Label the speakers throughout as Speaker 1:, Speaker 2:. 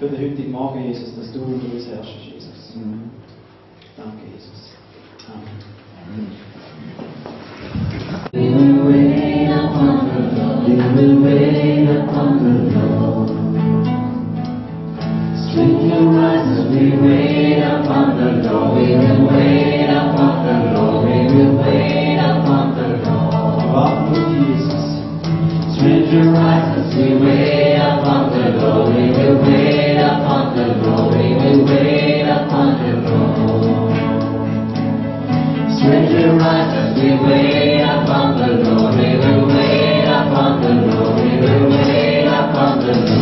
Speaker 1: heute Morgen, Jesus, dass du über uns herrschst, Jesus. Danke, Jesus. Amen. Warten auf Jesus.
Speaker 2: Stranger rises, we wait upon the Lord, we will wait upon the Lord, we will wait upon the Lord. Stranger rises, we wait upon the Lord, we will wait upon the Lord, we will wait upon the Lord.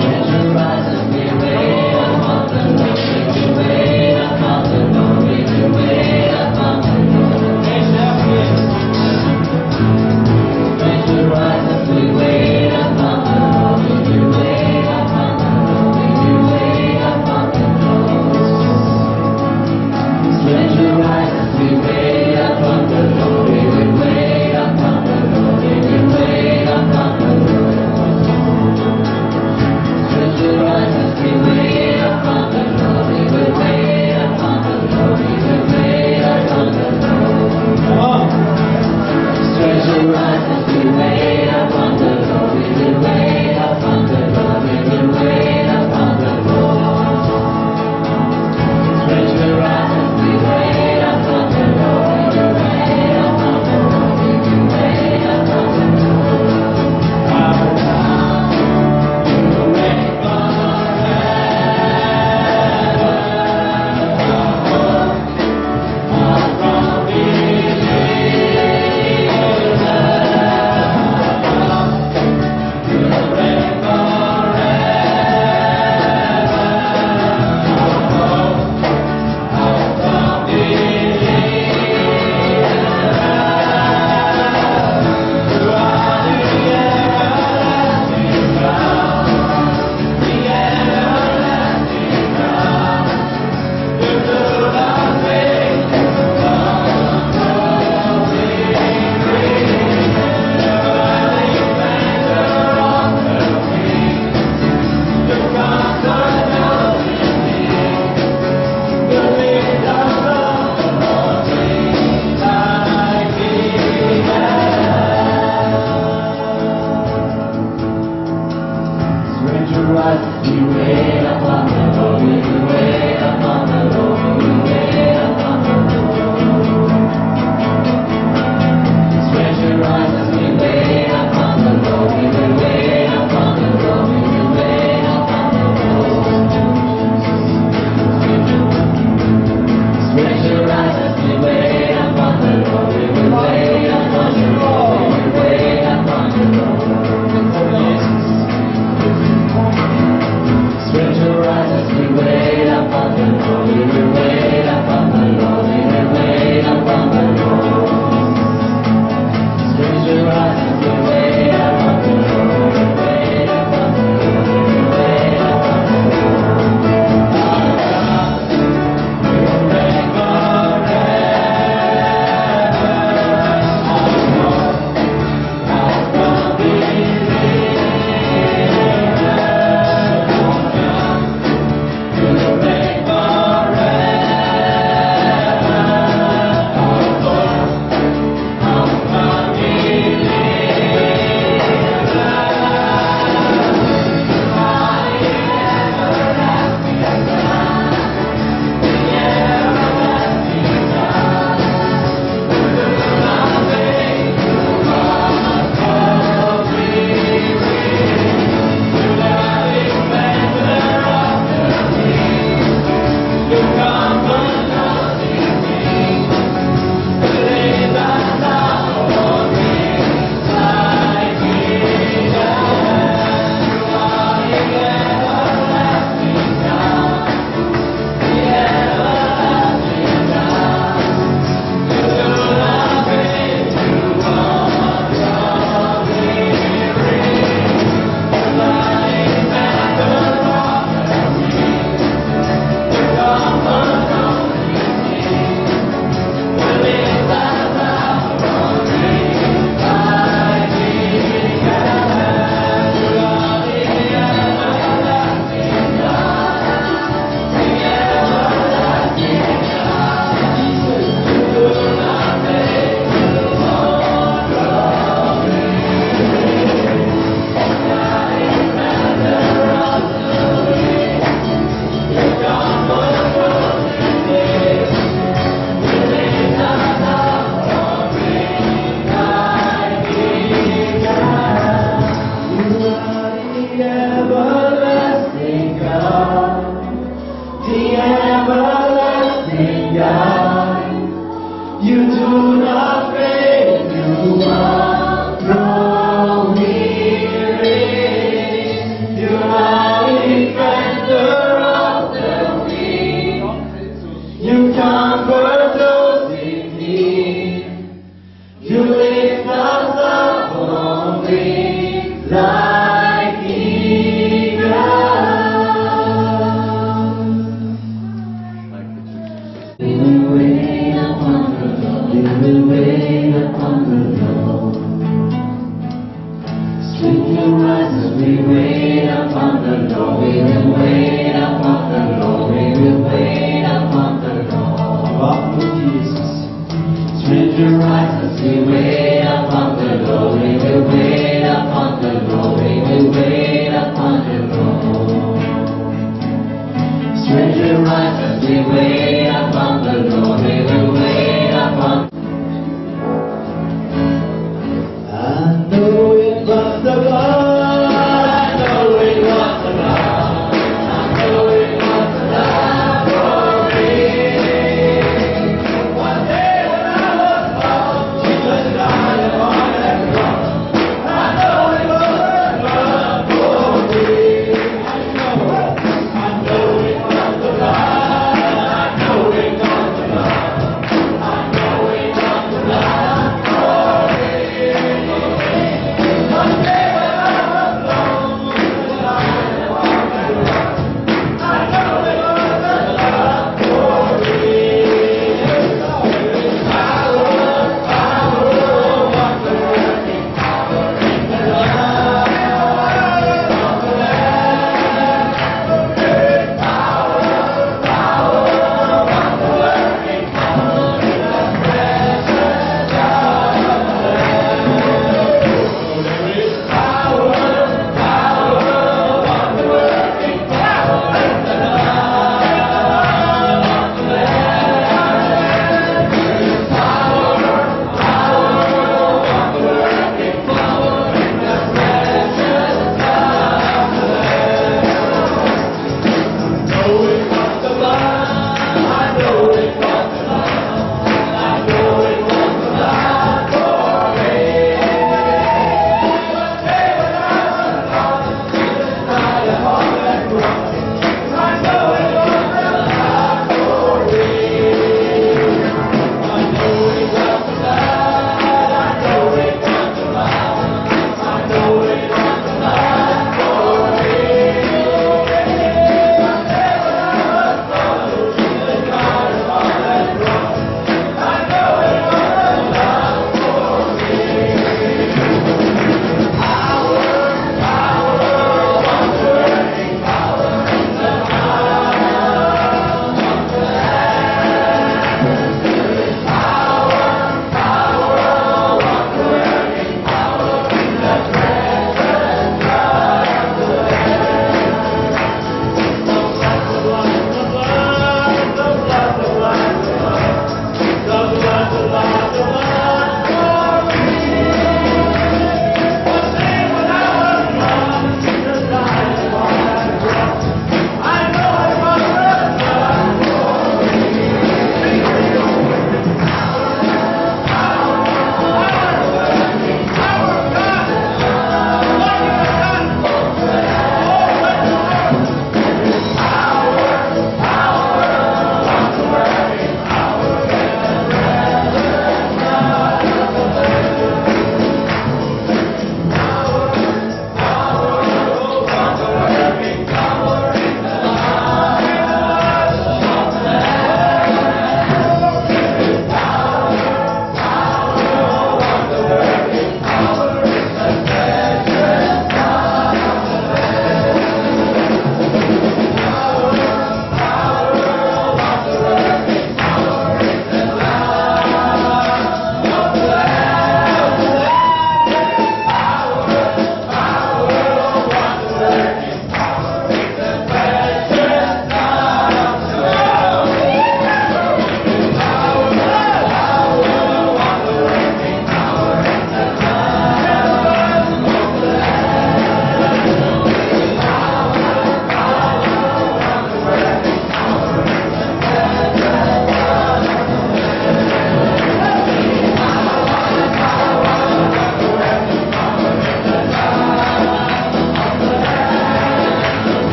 Speaker 2: Stranger rises, we wait upon the Lord, we will wait upon the Lord, we will wait upon the Lord. Stranger rises, we wait upon the Lord, we will wait upon the Lord, we will wait upon the Lord. Stranger rises, we wait upon the Lord, we will wait upon the Lord, we will wait upon the Lord. You do not fail, you are no weary. You are defender of the weak. You comfort those in need. You lift us up on wings like eagles. We will wait upon the Lord. We will wait upon the Lord. Strength rises. We wait upon the Lord. We will wait upon the Lord. We will wait upon the Lord.
Speaker 1: Walk with Jesus.
Speaker 2: Strength rises. We wait upon the Lord. We will wait upon the Lord. We will wait upon the Lord. Strength rises. We wait upon the Lord. We will wait upon.
Speaker 1: I know it was the blood. I know it was the blood. I know it was the blood for me. One day when I was lost, Jesus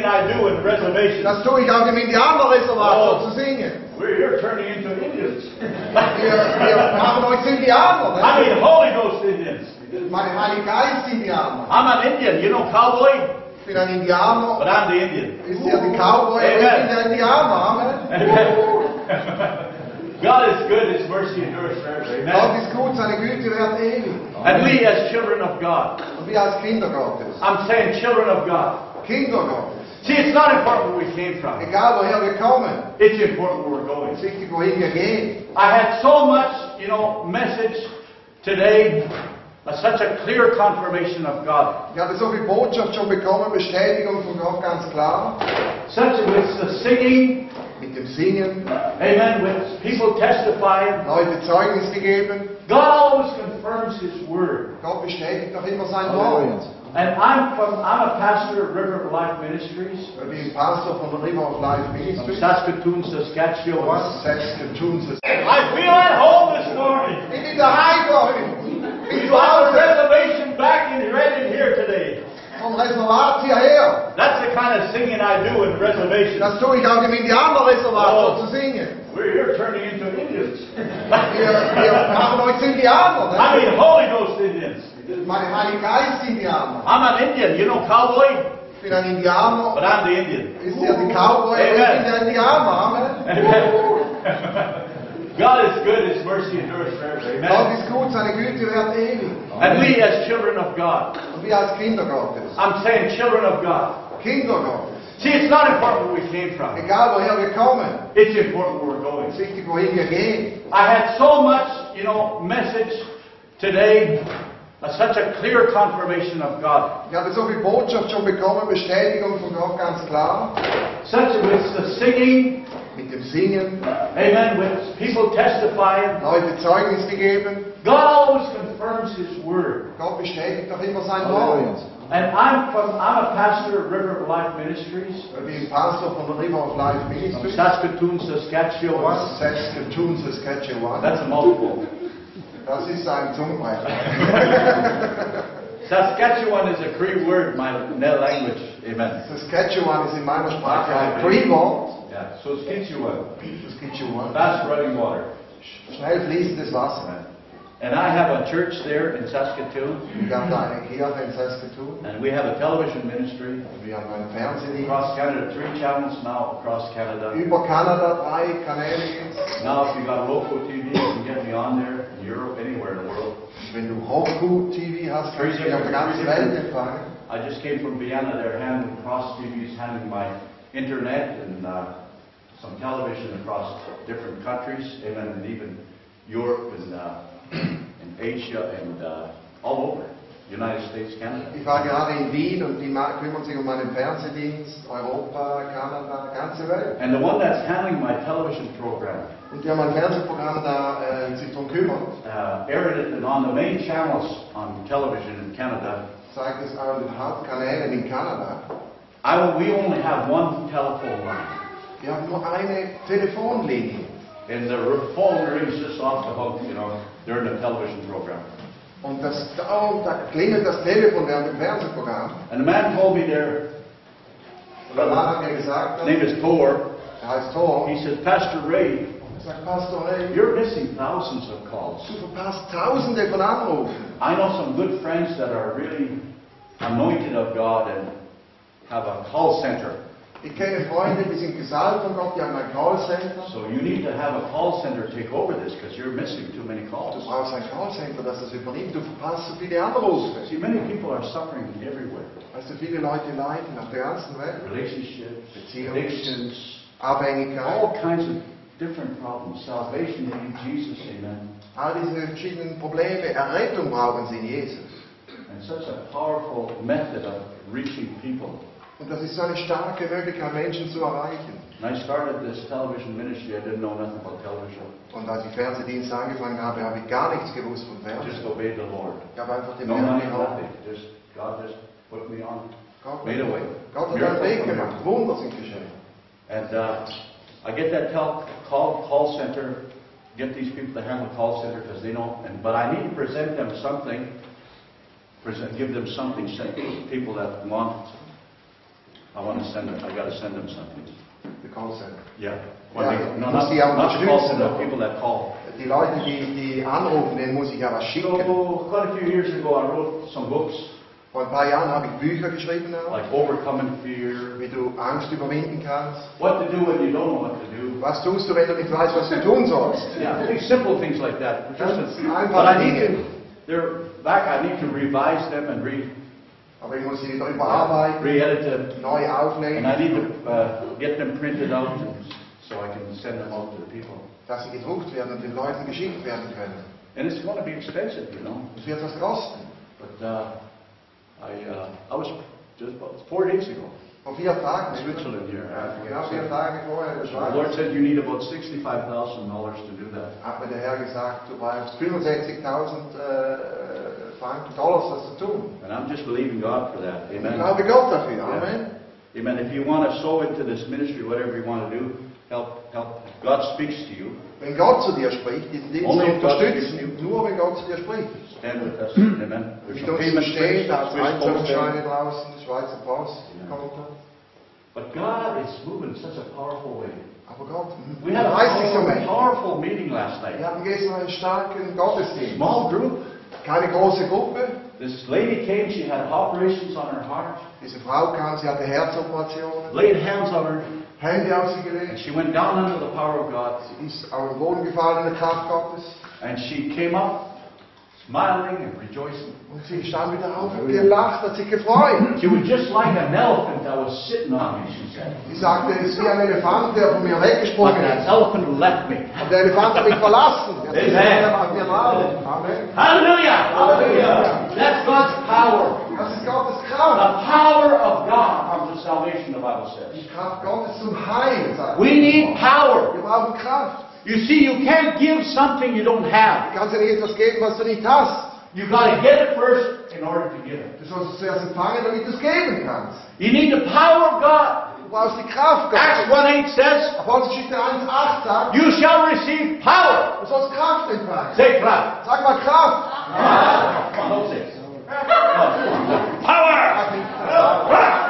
Speaker 1: salvation.
Speaker 3: La storica che mi diavolo è salvato,
Speaker 1: Oh.
Speaker 3: si segna.
Speaker 1: We're here turning into Indians.
Speaker 3: Ma noi sentiamo,
Speaker 1: I mean, Holy Ghost Indians.
Speaker 3: ma ma i cari sentiamo.
Speaker 1: I'm an Indian, you know cowboy?
Speaker 3: Se la andiamo,
Speaker 1: But I'm the Indian.
Speaker 3: e siamo di cowboy, e
Speaker 1: Amen.
Speaker 3: se la andiamo, amen.
Speaker 1: God is good, His mercy endures forever.
Speaker 3: Gott
Speaker 1: Amen.
Speaker 3: ist gut, seine Güte währt ewig.
Speaker 1: And we as children of God,
Speaker 3: Und wir als Kinder Gottes.
Speaker 1: I'm saying children of God.
Speaker 3: Kinder Gottes.
Speaker 1: See, it's not important where we came from.
Speaker 3: Egal woher wir kommen,
Speaker 1: It's important where we're
Speaker 3: es ist
Speaker 1: going.
Speaker 3: wichtig, wohin wir gehen.
Speaker 1: I had so much, you know, message today, uh, such a clear confirmation of God.
Speaker 3: Ich habe so viel Botschaft schon bekommen, Bestätigung von Gott ganz klar.
Speaker 1: Such with the singing,
Speaker 3: Mit dem Singen,
Speaker 1: amen, with people testifying.
Speaker 3: Leute Zeugnis gegeben.
Speaker 1: God always confirms His word.
Speaker 3: Gott bestätigt doch immer sein Wort.
Speaker 1: And I'm from, I'm a pastor at River of Life Ministries.
Speaker 3: Ich bin Pastor von der River of Life
Speaker 1: From
Speaker 3: Ministries.
Speaker 1: Saskatoon, Saskatchewan.
Speaker 3: Was Saskatoon ist.
Speaker 1: I feel at home this morning.
Speaker 3: Ich bin daheim geworden. Ich bin
Speaker 1: You
Speaker 3: zu
Speaker 1: have a
Speaker 3: Hause.
Speaker 1: reservation back in Redding here today.
Speaker 3: Vom Reservat hierher.
Speaker 1: That's the kind of singing I do in reservations.
Speaker 3: Das tue ich auch im Indianerreservat,
Speaker 1: Oh.
Speaker 3: um zu singen.
Speaker 1: We're here turning into Indians.
Speaker 3: Wir, wir machen uns Indianer.
Speaker 1: I mean, Holy Ghost Indians.
Speaker 3: Ne? Mein Heiliger Geist Indianer.
Speaker 1: I'm an Indian, you know, cowboy,
Speaker 3: Ich bin ein Indianer.
Speaker 1: but I'm the Indian.
Speaker 3: Ist ja die Cowboy, ich
Speaker 1: Amen.
Speaker 3: bin der Indianer. Amen.
Speaker 1: God is good, His mercy endures forever.
Speaker 3: Gott
Speaker 1: Amen.
Speaker 3: ist gut, seine Güte währt ewig.
Speaker 1: And we as children of God,
Speaker 3: Und wir als Kinder Gottes.
Speaker 1: I'm saying children of God.
Speaker 3: Kinder Gottes.
Speaker 1: See, it's not important where we came from.
Speaker 3: Egal woher wir kommen,
Speaker 1: It's important where we're
Speaker 3: es
Speaker 1: going.
Speaker 3: ist wichtig, wohin wir gehen.
Speaker 1: I had so much, you know, message today, uh, such a clear confirmation of God.
Speaker 3: Ich habe so viel Botschaft schon bekommen, Bestätigung von Gott ganz klar.
Speaker 1: Such with the singing,
Speaker 3: Mit dem Singen,
Speaker 1: amen, with people testifying.
Speaker 3: Leute Zeugnis gegeben.
Speaker 1: God always confirms His word.
Speaker 3: Gott bestätigt doch immer sein Wort.
Speaker 1: And I'm from, I'm a pastor at River of Life Ministries.
Speaker 3: Ich bin Pastor von der River of Life
Speaker 1: From
Speaker 3: Ministries.
Speaker 1: Saskatoon, Saskatchewan.
Speaker 3: Was Saskatoon, Saskatchewan.
Speaker 1: That's a mouthful.
Speaker 3: Das ist ein Zungenbrecher.
Speaker 1: Saskatchewan is a Cree word, my language. Amen.
Speaker 3: Saskatchewan ist in meiner Sprache ein Primor.
Speaker 1: Yeah, Saskatchewan.
Speaker 3: Saskatchewan.
Speaker 1: Fast running water.
Speaker 3: Schnell fließendes Wasser.
Speaker 1: And I have a church there in Saskatoon,
Speaker 3: Wir haben da eine Kirche in Saskatoon.
Speaker 1: and we have a television ministry
Speaker 3: Wir haben einen Fernsehdienst.
Speaker 1: across Canada, three channels now across Canada.
Speaker 3: Über Kanada drei Kanäle gibt's.
Speaker 1: Now, if you got local TV, you can get me on there in Europe, anywhere in the world.
Speaker 3: Wenn du Roku TV hast, kannst du dich auf der ganzen Welt empfangen.
Speaker 1: I just came from Vienna. They're handing Cross TV's handing my internet and uh, some television across different countries, amen, and even Europe and uh, and Asia and uh, all over, United States, Canada.
Speaker 3: Ich war gerade in Wien und die ma- kümmern sich um meinen Fernsehdienst, Europa, Kanada, ganze Welt.
Speaker 1: And the one that's handling my television program
Speaker 3: Und die haben ein Fernsehprogramm da, äh, sich drum kümmert.
Speaker 1: uh, aired it and on the main channels on television in Canada.
Speaker 3: Zeigt es an den Hauptkanälen in Kanada.
Speaker 1: I will- we only have one telephone line,
Speaker 3: Wir haben nur eine Telefonlinie.
Speaker 1: and the re- phone rings just off the hook, you know, during the television program.
Speaker 3: Und das dauert, da klingelt das Telefon während dem Fernsehprogramm.
Speaker 1: And the man told me there,
Speaker 3: Und der Mann hat mir gesagt,
Speaker 1: his name is Tor.
Speaker 3: er heißt Tor,
Speaker 1: He said, Pastor Ray,
Speaker 3: sagt Pastor, hey,
Speaker 1: you're missing thousands of calls.
Speaker 3: du verpasst Tausende von Anrufen.
Speaker 1: I know some good friends that are really anointed of God and have a call center.
Speaker 3: Ich kenne Freunde, die sind gesalbt von Gott, die haben ein Callcenter.
Speaker 1: So you need to have a call center take over this because you're missing too many
Speaker 3: Du
Speaker 1: calls.
Speaker 3: brauchst ein Callcenter, das das übernimmt. Du verpasst so viele Anrufe.
Speaker 1: See, many people are suffering everywhere.
Speaker 3: Weißt du, viele Leute leiden auf der ganzen Welt.
Speaker 1: Relationships,
Speaker 3: Beziehungen.
Speaker 1: addictions,
Speaker 3: Abhängigkeit,
Speaker 1: all kinds of different problems. Salvation in Jesus, amen.
Speaker 3: all diese verschiedenen Probleme. Errettung brauchen sie in Jesus.
Speaker 1: And such a powerful method of reaching people.
Speaker 3: Und das ist so eine starke Möglichkeit, Menschen zu erreichen.
Speaker 1: And I started this television ministry. I didn't know nothing about television.
Speaker 3: Und als ich Fernsehdienst angefangen habe, habe ich gar nichts gewusst vom
Speaker 1: I
Speaker 3: Fernsehen.
Speaker 1: just obeyed the Lord.
Speaker 3: Ich habe einfach den
Speaker 1: No money,
Speaker 3: Fernsehen
Speaker 1: nothing. Just God just put me on.
Speaker 3: Gott,
Speaker 1: Made a way.
Speaker 3: Gott hat
Speaker 1: Miracle from
Speaker 3: einen Weg gemacht.
Speaker 1: there.
Speaker 3: Wunder sind geschehen.
Speaker 1: And uh, I get that tel- call call center. Get these people to handle call center because they know. And but I need to present them something. Present, give them something. Send people that want I want to send them, I gotta send them something.
Speaker 3: The call center.
Speaker 1: Yeah.
Speaker 3: Ja,
Speaker 1: No,
Speaker 3: muss
Speaker 1: not,
Speaker 3: die auch
Speaker 1: not the call
Speaker 3: unterstützen.
Speaker 1: center, people that call.
Speaker 3: Die Leute, die, die anrufen, denen muss ich aber schicken.
Speaker 1: So, quite a few years ago, I wrote some books,
Speaker 3: Vor ein paar Jahren habe ich Bücher geschrieben, auch,
Speaker 1: like Overcoming Fear,
Speaker 3: wie du Angst überwinden kannst.
Speaker 1: What to Do When You Don't Know What to Do.
Speaker 3: Was tust du, wenn du nicht weißt, was du tun sollst?
Speaker 1: Yeah, things, simple things like that.
Speaker 3: That's
Speaker 1: Just-
Speaker 3: fine.
Speaker 1: But I need to, they're back, I need to revise them and re,
Speaker 3: Aber ich muss sie wieder überarbeiten,
Speaker 1: re-edit them.
Speaker 3: neu
Speaker 1: And
Speaker 3: aufnehmen,
Speaker 1: I need to, uh, get them printed out and- so I can send them out to the people.
Speaker 3: dass sie gedruckt werden und den Leuten geschickt werden können.
Speaker 1: And it's gonna be expensive, you know?
Speaker 3: Das wird was kosten.
Speaker 1: But, uh, I, uh, I was just about four days ago,
Speaker 3: Vor vier Tagen.
Speaker 1: Switzerland here.
Speaker 3: Ja, Genau vier Tage vorher in der
Speaker 1: So The Lord
Speaker 3: Schweiz
Speaker 1: said you need about sixty-five thousand dollars to do that.
Speaker 3: hat mir der Herr gesagt, du brauchst 65.000 äh, Franken, Dollars, das zu tun.
Speaker 1: And I'm just believing God for that.
Speaker 3: Ich
Speaker 1: Amen.
Speaker 3: glaube Gott dafür.
Speaker 1: Yeah.
Speaker 3: Amen.
Speaker 1: Amen. If you want to sow into this ministry, whatever you want to do, help, help. God speaks to you.
Speaker 3: Wenn Gott zu dir spricht, diesen Dienst
Speaker 1: Only
Speaker 3: zu
Speaker 1: if God
Speaker 3: unterstützen,
Speaker 1: gives
Speaker 3: nur wenn Gott zu dir spricht.
Speaker 1: Stand with us. Amen. There's
Speaker 3: Mit
Speaker 1: some
Speaker 3: uns
Speaker 1: payment
Speaker 3: stehen,
Speaker 1: slips,
Speaker 3: da ist
Speaker 1: there's post
Speaker 3: Einzelscheine
Speaker 1: payment.
Speaker 3: draußen, Schweizer Postkonto.
Speaker 1: But God is moving in such a powerful way.
Speaker 3: Aber Gott
Speaker 1: We had a
Speaker 3: weiß nicht so
Speaker 1: powerful,
Speaker 3: mehr.
Speaker 1: powerful meeting last
Speaker 3: Wir
Speaker 1: night.
Speaker 3: hatten gestern einen starken Gottesdienst.
Speaker 1: Small group.
Speaker 3: Keine große Gruppe.
Speaker 1: This lady came. She had operations on her heart.
Speaker 3: Diese Frau kam, sie hatte Herzoperationen,
Speaker 1: Laid hands on her,
Speaker 3: Hände auf sie
Speaker 1: and
Speaker 3: gelegt,
Speaker 1: she went down under the power of God.
Speaker 3: ist auf den Boden gefallen in der Kraft Gottes.
Speaker 1: And she came up, smiling and rejoicing.
Speaker 3: Und sie stand wieder auf und gelacht, hat sich gefreut.
Speaker 1: She was just like an elephant that was sitting on me, she said.
Speaker 3: Sie sagte, es ist wie ein Elefant, der von mir weggesprungen
Speaker 1: Like an
Speaker 3: ist.
Speaker 1: elephant left me.
Speaker 3: Und der Elefant hat mich verlassen. Er
Speaker 1: Amen.
Speaker 3: ist auf mir rauf. Amen.
Speaker 1: Hallelujah! Hallelujah! That's God's power.
Speaker 3: Das ist Gottes
Speaker 1: The
Speaker 3: Kraft.
Speaker 1: power of God comes to salvation, the Bible
Speaker 3: Die
Speaker 1: says.
Speaker 3: Kraft Gottes zum Heil. sagt
Speaker 1: We need power.
Speaker 3: Wir brauchen Kraft.
Speaker 1: You see, you can't give something you don't
Speaker 3: Du
Speaker 1: have.
Speaker 3: kannst dir nicht etwas geben, was du nicht hast.
Speaker 1: You've got to get it first in order to give it.
Speaker 3: Du sollst es zuerst empfangen, damit du es geben kannst.
Speaker 1: You need the power of God.
Speaker 3: Du brauchst die Kraft
Speaker 1: Acts
Speaker 3: Gottes.
Speaker 1: 1 8 says,
Speaker 3: Apostelgeschichte 1,8 sagt,
Speaker 1: You shall receive power.
Speaker 3: du sollst Kraft empfangen.
Speaker 1: Say power.
Speaker 3: Sag mal Kraft.
Speaker 1: Come on, don't say it. Power!
Speaker 3: Kraft.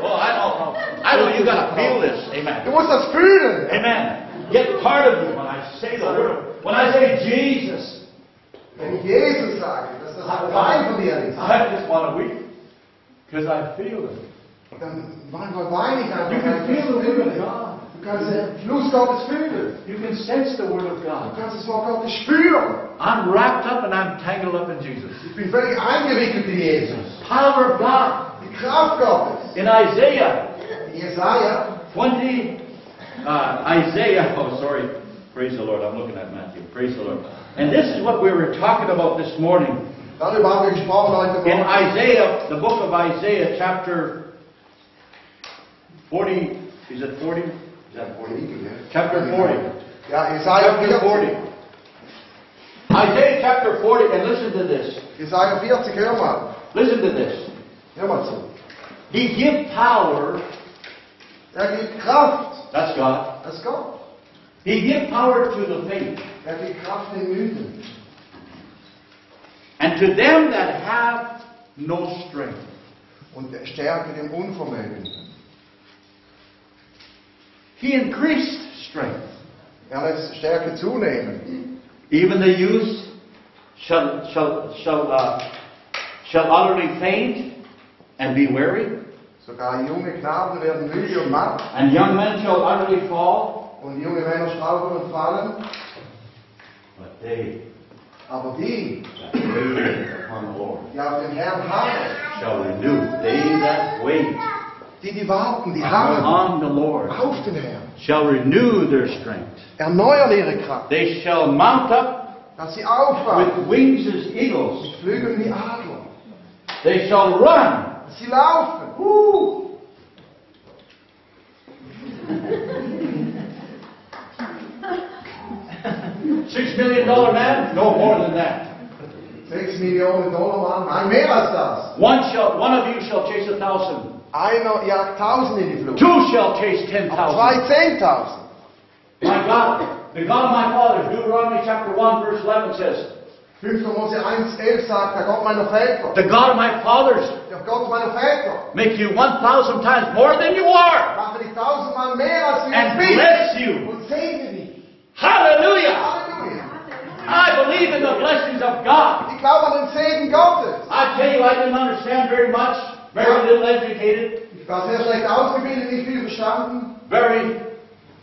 Speaker 1: Oh, I know. I know you gotta feel this.
Speaker 3: Du
Speaker 1: Amen.
Speaker 3: musst das fühlen.
Speaker 1: Amen. Get part of me when I say the word. When I say Jesus,
Speaker 3: Wenn ich Jesus sage, dass das ein Wein von dir ist,
Speaker 1: I just want to weep because I feel it.
Speaker 3: dann manchmal weine ich
Speaker 1: You can feel the word of
Speaker 3: einfach.
Speaker 1: God.
Speaker 3: Du kannst den Fluss Gottes fühlen.
Speaker 1: You can sense the word of
Speaker 3: Du
Speaker 1: God.
Speaker 3: kannst das Wort Gottes spüren.
Speaker 1: I'm wrapped up and I'm tangled up in Jesus.
Speaker 3: Ich bin völlig eingewickelt in Jesus.
Speaker 1: Power of God.
Speaker 3: Die Kraft Gottes.
Speaker 1: In Isaiah
Speaker 3: Jesaja,
Speaker 1: 20, uh, Isaiah, oh, sorry. Praise the Lord. I'm looking at Matthew. Praise the Lord. And this is what we were talking about this morning.
Speaker 3: darüber haben wir gesprochen heute
Speaker 1: In
Speaker 3: Morgen.
Speaker 1: Isaiah, the book of Isaiah, chapter 40, is it 40? Is that 40? Chapter 40.
Speaker 3: Ja, Jesaja
Speaker 1: Chapter 40.
Speaker 3: 40.
Speaker 1: Isaiah chapter 40, and listen to this.
Speaker 3: Jesaja 40, hör mal.
Speaker 1: Listen to this.
Speaker 3: Hör mal zu.
Speaker 1: He give power,
Speaker 3: Er gibt Kraft.
Speaker 1: that's God.
Speaker 3: Das ist Gott.
Speaker 1: He give power to the faint,
Speaker 3: Er gibt Kraft den Müden.
Speaker 1: and to them that have no strength.
Speaker 3: Und Stärke dem Unvermögen.
Speaker 1: He increased strength.
Speaker 3: Er lässt Stärke zunehmen.
Speaker 1: Even the youth shall, shall, shall, uh, shall utterly faint and be weary.
Speaker 3: Sogar junge Knaben werden müde und matt
Speaker 1: And young men shall utterly fall,
Speaker 3: und junge Männer straucheln und fallen,
Speaker 1: but they
Speaker 3: aber die,
Speaker 1: that wait upon the Lord
Speaker 3: die auf den Herrn harren,
Speaker 1: shall renew. They that wait
Speaker 3: die, die warten, die harren
Speaker 1: upon the Lord
Speaker 3: auf den Herrn,
Speaker 1: shall renew their strength.
Speaker 3: erneuern ihre Kraft,
Speaker 1: They shall mount up
Speaker 3: dass sie
Speaker 1: with
Speaker 3: aufwachen,
Speaker 1: wings as eagles.
Speaker 3: mit Flügeln wie Adler,
Speaker 1: They shall run.
Speaker 3: dass sie laufen,
Speaker 1: Woo! Six million dollar man? No more than that.
Speaker 3: sechs Millionen Dollar Mann, nein, mehr als das.
Speaker 1: One shall, one of you shall chase a thousand.
Speaker 3: Einer jagt tausend in die Flut,
Speaker 1: Two shall chase ten thousand.
Speaker 3: zwei zehntausend.
Speaker 1: My God, the God of my fathers, Deuteronomy chapter 1, verse 11 says,
Speaker 3: 5. Mose 1, 11 sagt, der Gott meiner Väter,
Speaker 1: The God of my fathers
Speaker 3: der Gott meiner Väter,
Speaker 1: make you 1,000 times more than you are
Speaker 3: mache dich tausendmal mehr als
Speaker 1: and
Speaker 3: du jetzt
Speaker 1: bless
Speaker 3: bist
Speaker 1: you.
Speaker 3: und segne dich.
Speaker 1: Hallelujah!
Speaker 3: Halleluja.
Speaker 1: I believe in the blessings of God.
Speaker 3: Ich glaube an den Segen Gottes.
Speaker 1: I tell you, I didn't understand very much, very little educated,
Speaker 3: Ich war sehr schlecht ausgebildet, nicht viel verstanden,
Speaker 1: very,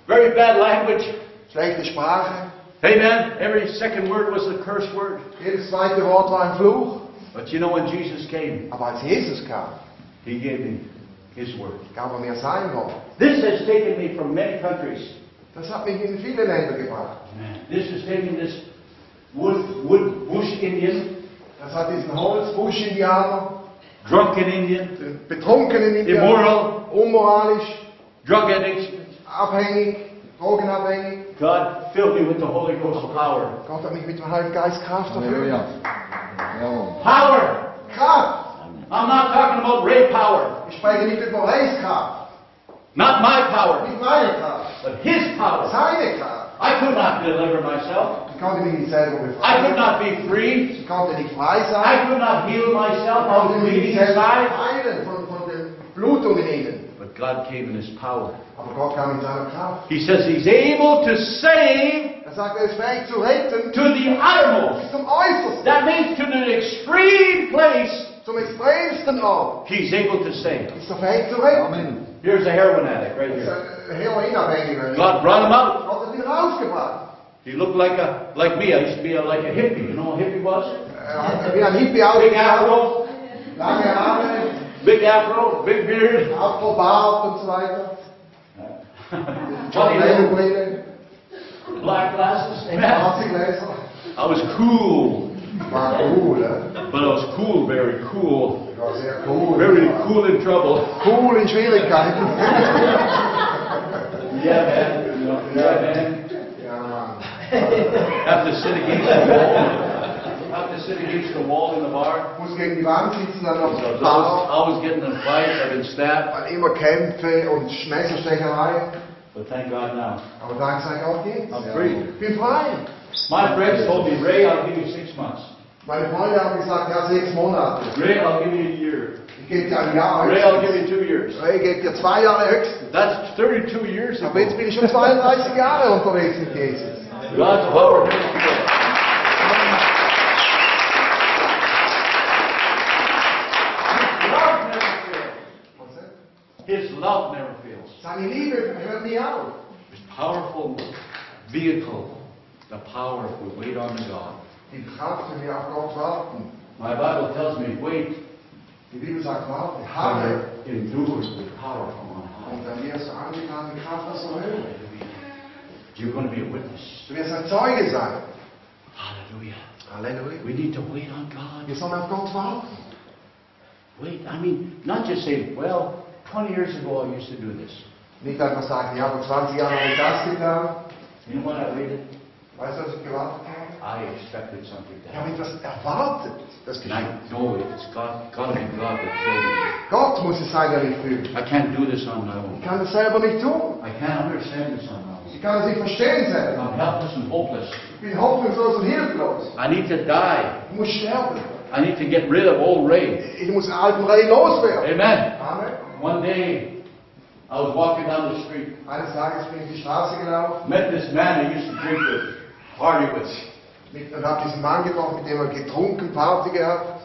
Speaker 1: very bad language.
Speaker 3: schlechte Sprache.
Speaker 1: Amen. Every second word was a curse word.
Speaker 3: Jedes zweite Wort war ein Fluch.
Speaker 1: But you know, when Jesus came,
Speaker 3: Aber als Jesus kam,
Speaker 1: He gave me His word.
Speaker 3: gab er mir sein Wort.
Speaker 1: This has taken me from many countries.
Speaker 3: Das hat mich in viele Länder gebracht.
Speaker 1: This has taken this wood, wood bush Indian,
Speaker 3: Das hat diesen Holzbusch-Indianer,
Speaker 1: drunken Indian,
Speaker 3: den betrunkenen
Speaker 1: Immoral.
Speaker 3: unmoralisch,
Speaker 1: drug addicts.
Speaker 3: abhängig, drogenabhängig.
Speaker 1: God filled me with the Holy Ghost power.
Speaker 3: Gott hat mich mit dem Heiligen Geist Kraft erfüllt.
Speaker 2: Jawohl.
Speaker 1: Power!
Speaker 3: Kraft!
Speaker 1: I'm not talking about ray power,
Speaker 3: Ich spreche nicht über Reiskraft,
Speaker 1: not my power,
Speaker 3: nicht meine Kraft,
Speaker 1: but His power.
Speaker 3: seine Kraft.
Speaker 1: I could not deliver myself.
Speaker 3: Ich konnte mich nicht selber
Speaker 1: I could
Speaker 3: befreien.
Speaker 1: not be free.
Speaker 3: Ich konnte nicht frei sein.
Speaker 1: I could not heal myself.
Speaker 3: Ich
Speaker 1: I
Speaker 3: konnte
Speaker 1: was
Speaker 3: mich
Speaker 1: bleeding
Speaker 3: nicht selber
Speaker 1: inside.
Speaker 3: heilen von, von den Blutungen innen.
Speaker 1: But God came in His power.
Speaker 3: Aber Gott kam mit seiner Kraft.
Speaker 1: He says He's able to save
Speaker 3: Er sagt, er ist fähig zu retten
Speaker 1: to the uttermost.
Speaker 3: bis zum Äußersten,
Speaker 1: That means to the extreme place
Speaker 3: zum extremsten Ort.
Speaker 1: He's able to save.
Speaker 3: Ist doch verhängt zu retten. äh,
Speaker 2: Amen.
Speaker 1: Here's a heroin addict right
Speaker 3: Ist
Speaker 1: here.
Speaker 3: ein Heroinabhängiger.
Speaker 1: God brought him out.
Speaker 3: Gott hat ihn rausgebracht.
Speaker 1: He looked like a like me. I used to be a, like a hippie. You know what a hippie was?
Speaker 3: Er hat wie ein Hippie
Speaker 1: Big
Speaker 3: ausgeschaut.
Speaker 1: afro,
Speaker 3: Lange Haare,
Speaker 1: big afro, big beard.
Speaker 3: Afrobart und so weiter.
Speaker 1: Funny little
Speaker 3: Brille,
Speaker 1: black glasses. Amen.
Speaker 3: schwarze Gläser.
Speaker 1: I was cool,
Speaker 3: War cool, ne?
Speaker 1: but I was cool, very cool,
Speaker 3: War sehr cool.
Speaker 1: very cool in trouble.
Speaker 3: Cool in Schwierigkeiten.
Speaker 1: Yeah, man. Yeah, man.
Speaker 3: ja, Mann.
Speaker 1: Have to sit against the wall. Have to sit against the wall in the bar.
Speaker 3: Muss gegen die Wand sitzen, dann
Speaker 1: So I was
Speaker 3: noch Bauch.
Speaker 1: always getting in fights, I've been stabbed,
Speaker 3: Immer Kämpfe und Messerstecherei.
Speaker 1: but thank God now.
Speaker 3: Aber dank sei Gott geht's.
Speaker 1: I'm free.
Speaker 3: Ich bin frei.
Speaker 1: My friends told me, Ray, I'll give you six months.
Speaker 3: Meine Freunde haben gesagt, ja, sechs Monate.
Speaker 1: Ray, I'll give you a year.
Speaker 3: Ich gebe dir ein Jahr.
Speaker 1: Ray, I'll give you two years.
Speaker 3: Hey, gebt ihr zwei Jahre höchstens.
Speaker 1: That's 32 years ago.
Speaker 3: Aber jetzt bin ich schon 32 Jahre unterwegs mit Jesus.
Speaker 1: God's power. His love never fails.
Speaker 3: Seine Liebe hört nie auf.
Speaker 1: His powerful vehicle, the power if we wait on the God.
Speaker 3: Die Kraft, wenn wir auf Gott warten.
Speaker 1: My Bible tells me, wait,
Speaker 3: Die Bibel sagt, warte,
Speaker 1: and
Speaker 3: harre.
Speaker 1: endure with power from on high.
Speaker 3: Und dann wirst du angetan die Kraft aus der Höhe.
Speaker 1: You're going to be a witness.
Speaker 3: Du wirst ein Zeuge sein.
Speaker 1: Hallelujah.
Speaker 3: Halleluja.
Speaker 1: We need to wait on God.
Speaker 3: Wir sollen auf Gott warten.
Speaker 1: Wait. I mean, not just say, well, 20 years ago I used to do this.
Speaker 3: Nicht einfach sagen, ja, vor 20 Jahren habe ich das getan.
Speaker 1: You know what I waited?
Speaker 3: Weißt du, was ich gewartet habe?
Speaker 1: I expected something to
Speaker 3: Ich habe
Speaker 1: happen.
Speaker 3: etwas erwartet, das
Speaker 1: And
Speaker 3: geschieht.
Speaker 1: I know it's God, got to be God that
Speaker 3: Gott muss es sein, der mich fühlt.
Speaker 1: filled me. I can't do this on my own.
Speaker 3: Ich kann es selber nicht tun.
Speaker 1: I can't understand this on my own.
Speaker 3: Ich kann es nicht verstehen selber.
Speaker 1: I'm helpless and hopeless.
Speaker 3: Ich bin hoffnungslos und hilflos.
Speaker 1: I need to die.
Speaker 3: Ich muss sterben.
Speaker 1: I need to get rid of old Ray.
Speaker 3: Ich muss den alten Rei loswerden.
Speaker 1: Amen.
Speaker 3: Amen.
Speaker 1: One day, I was walking down the street.
Speaker 3: Eines Tages bin ich die Straße gelaufen
Speaker 1: Met this man I used to drink with, party with.
Speaker 3: mit, und habe diesen Mann getroffen, mit dem er getrunken, Party gehabt.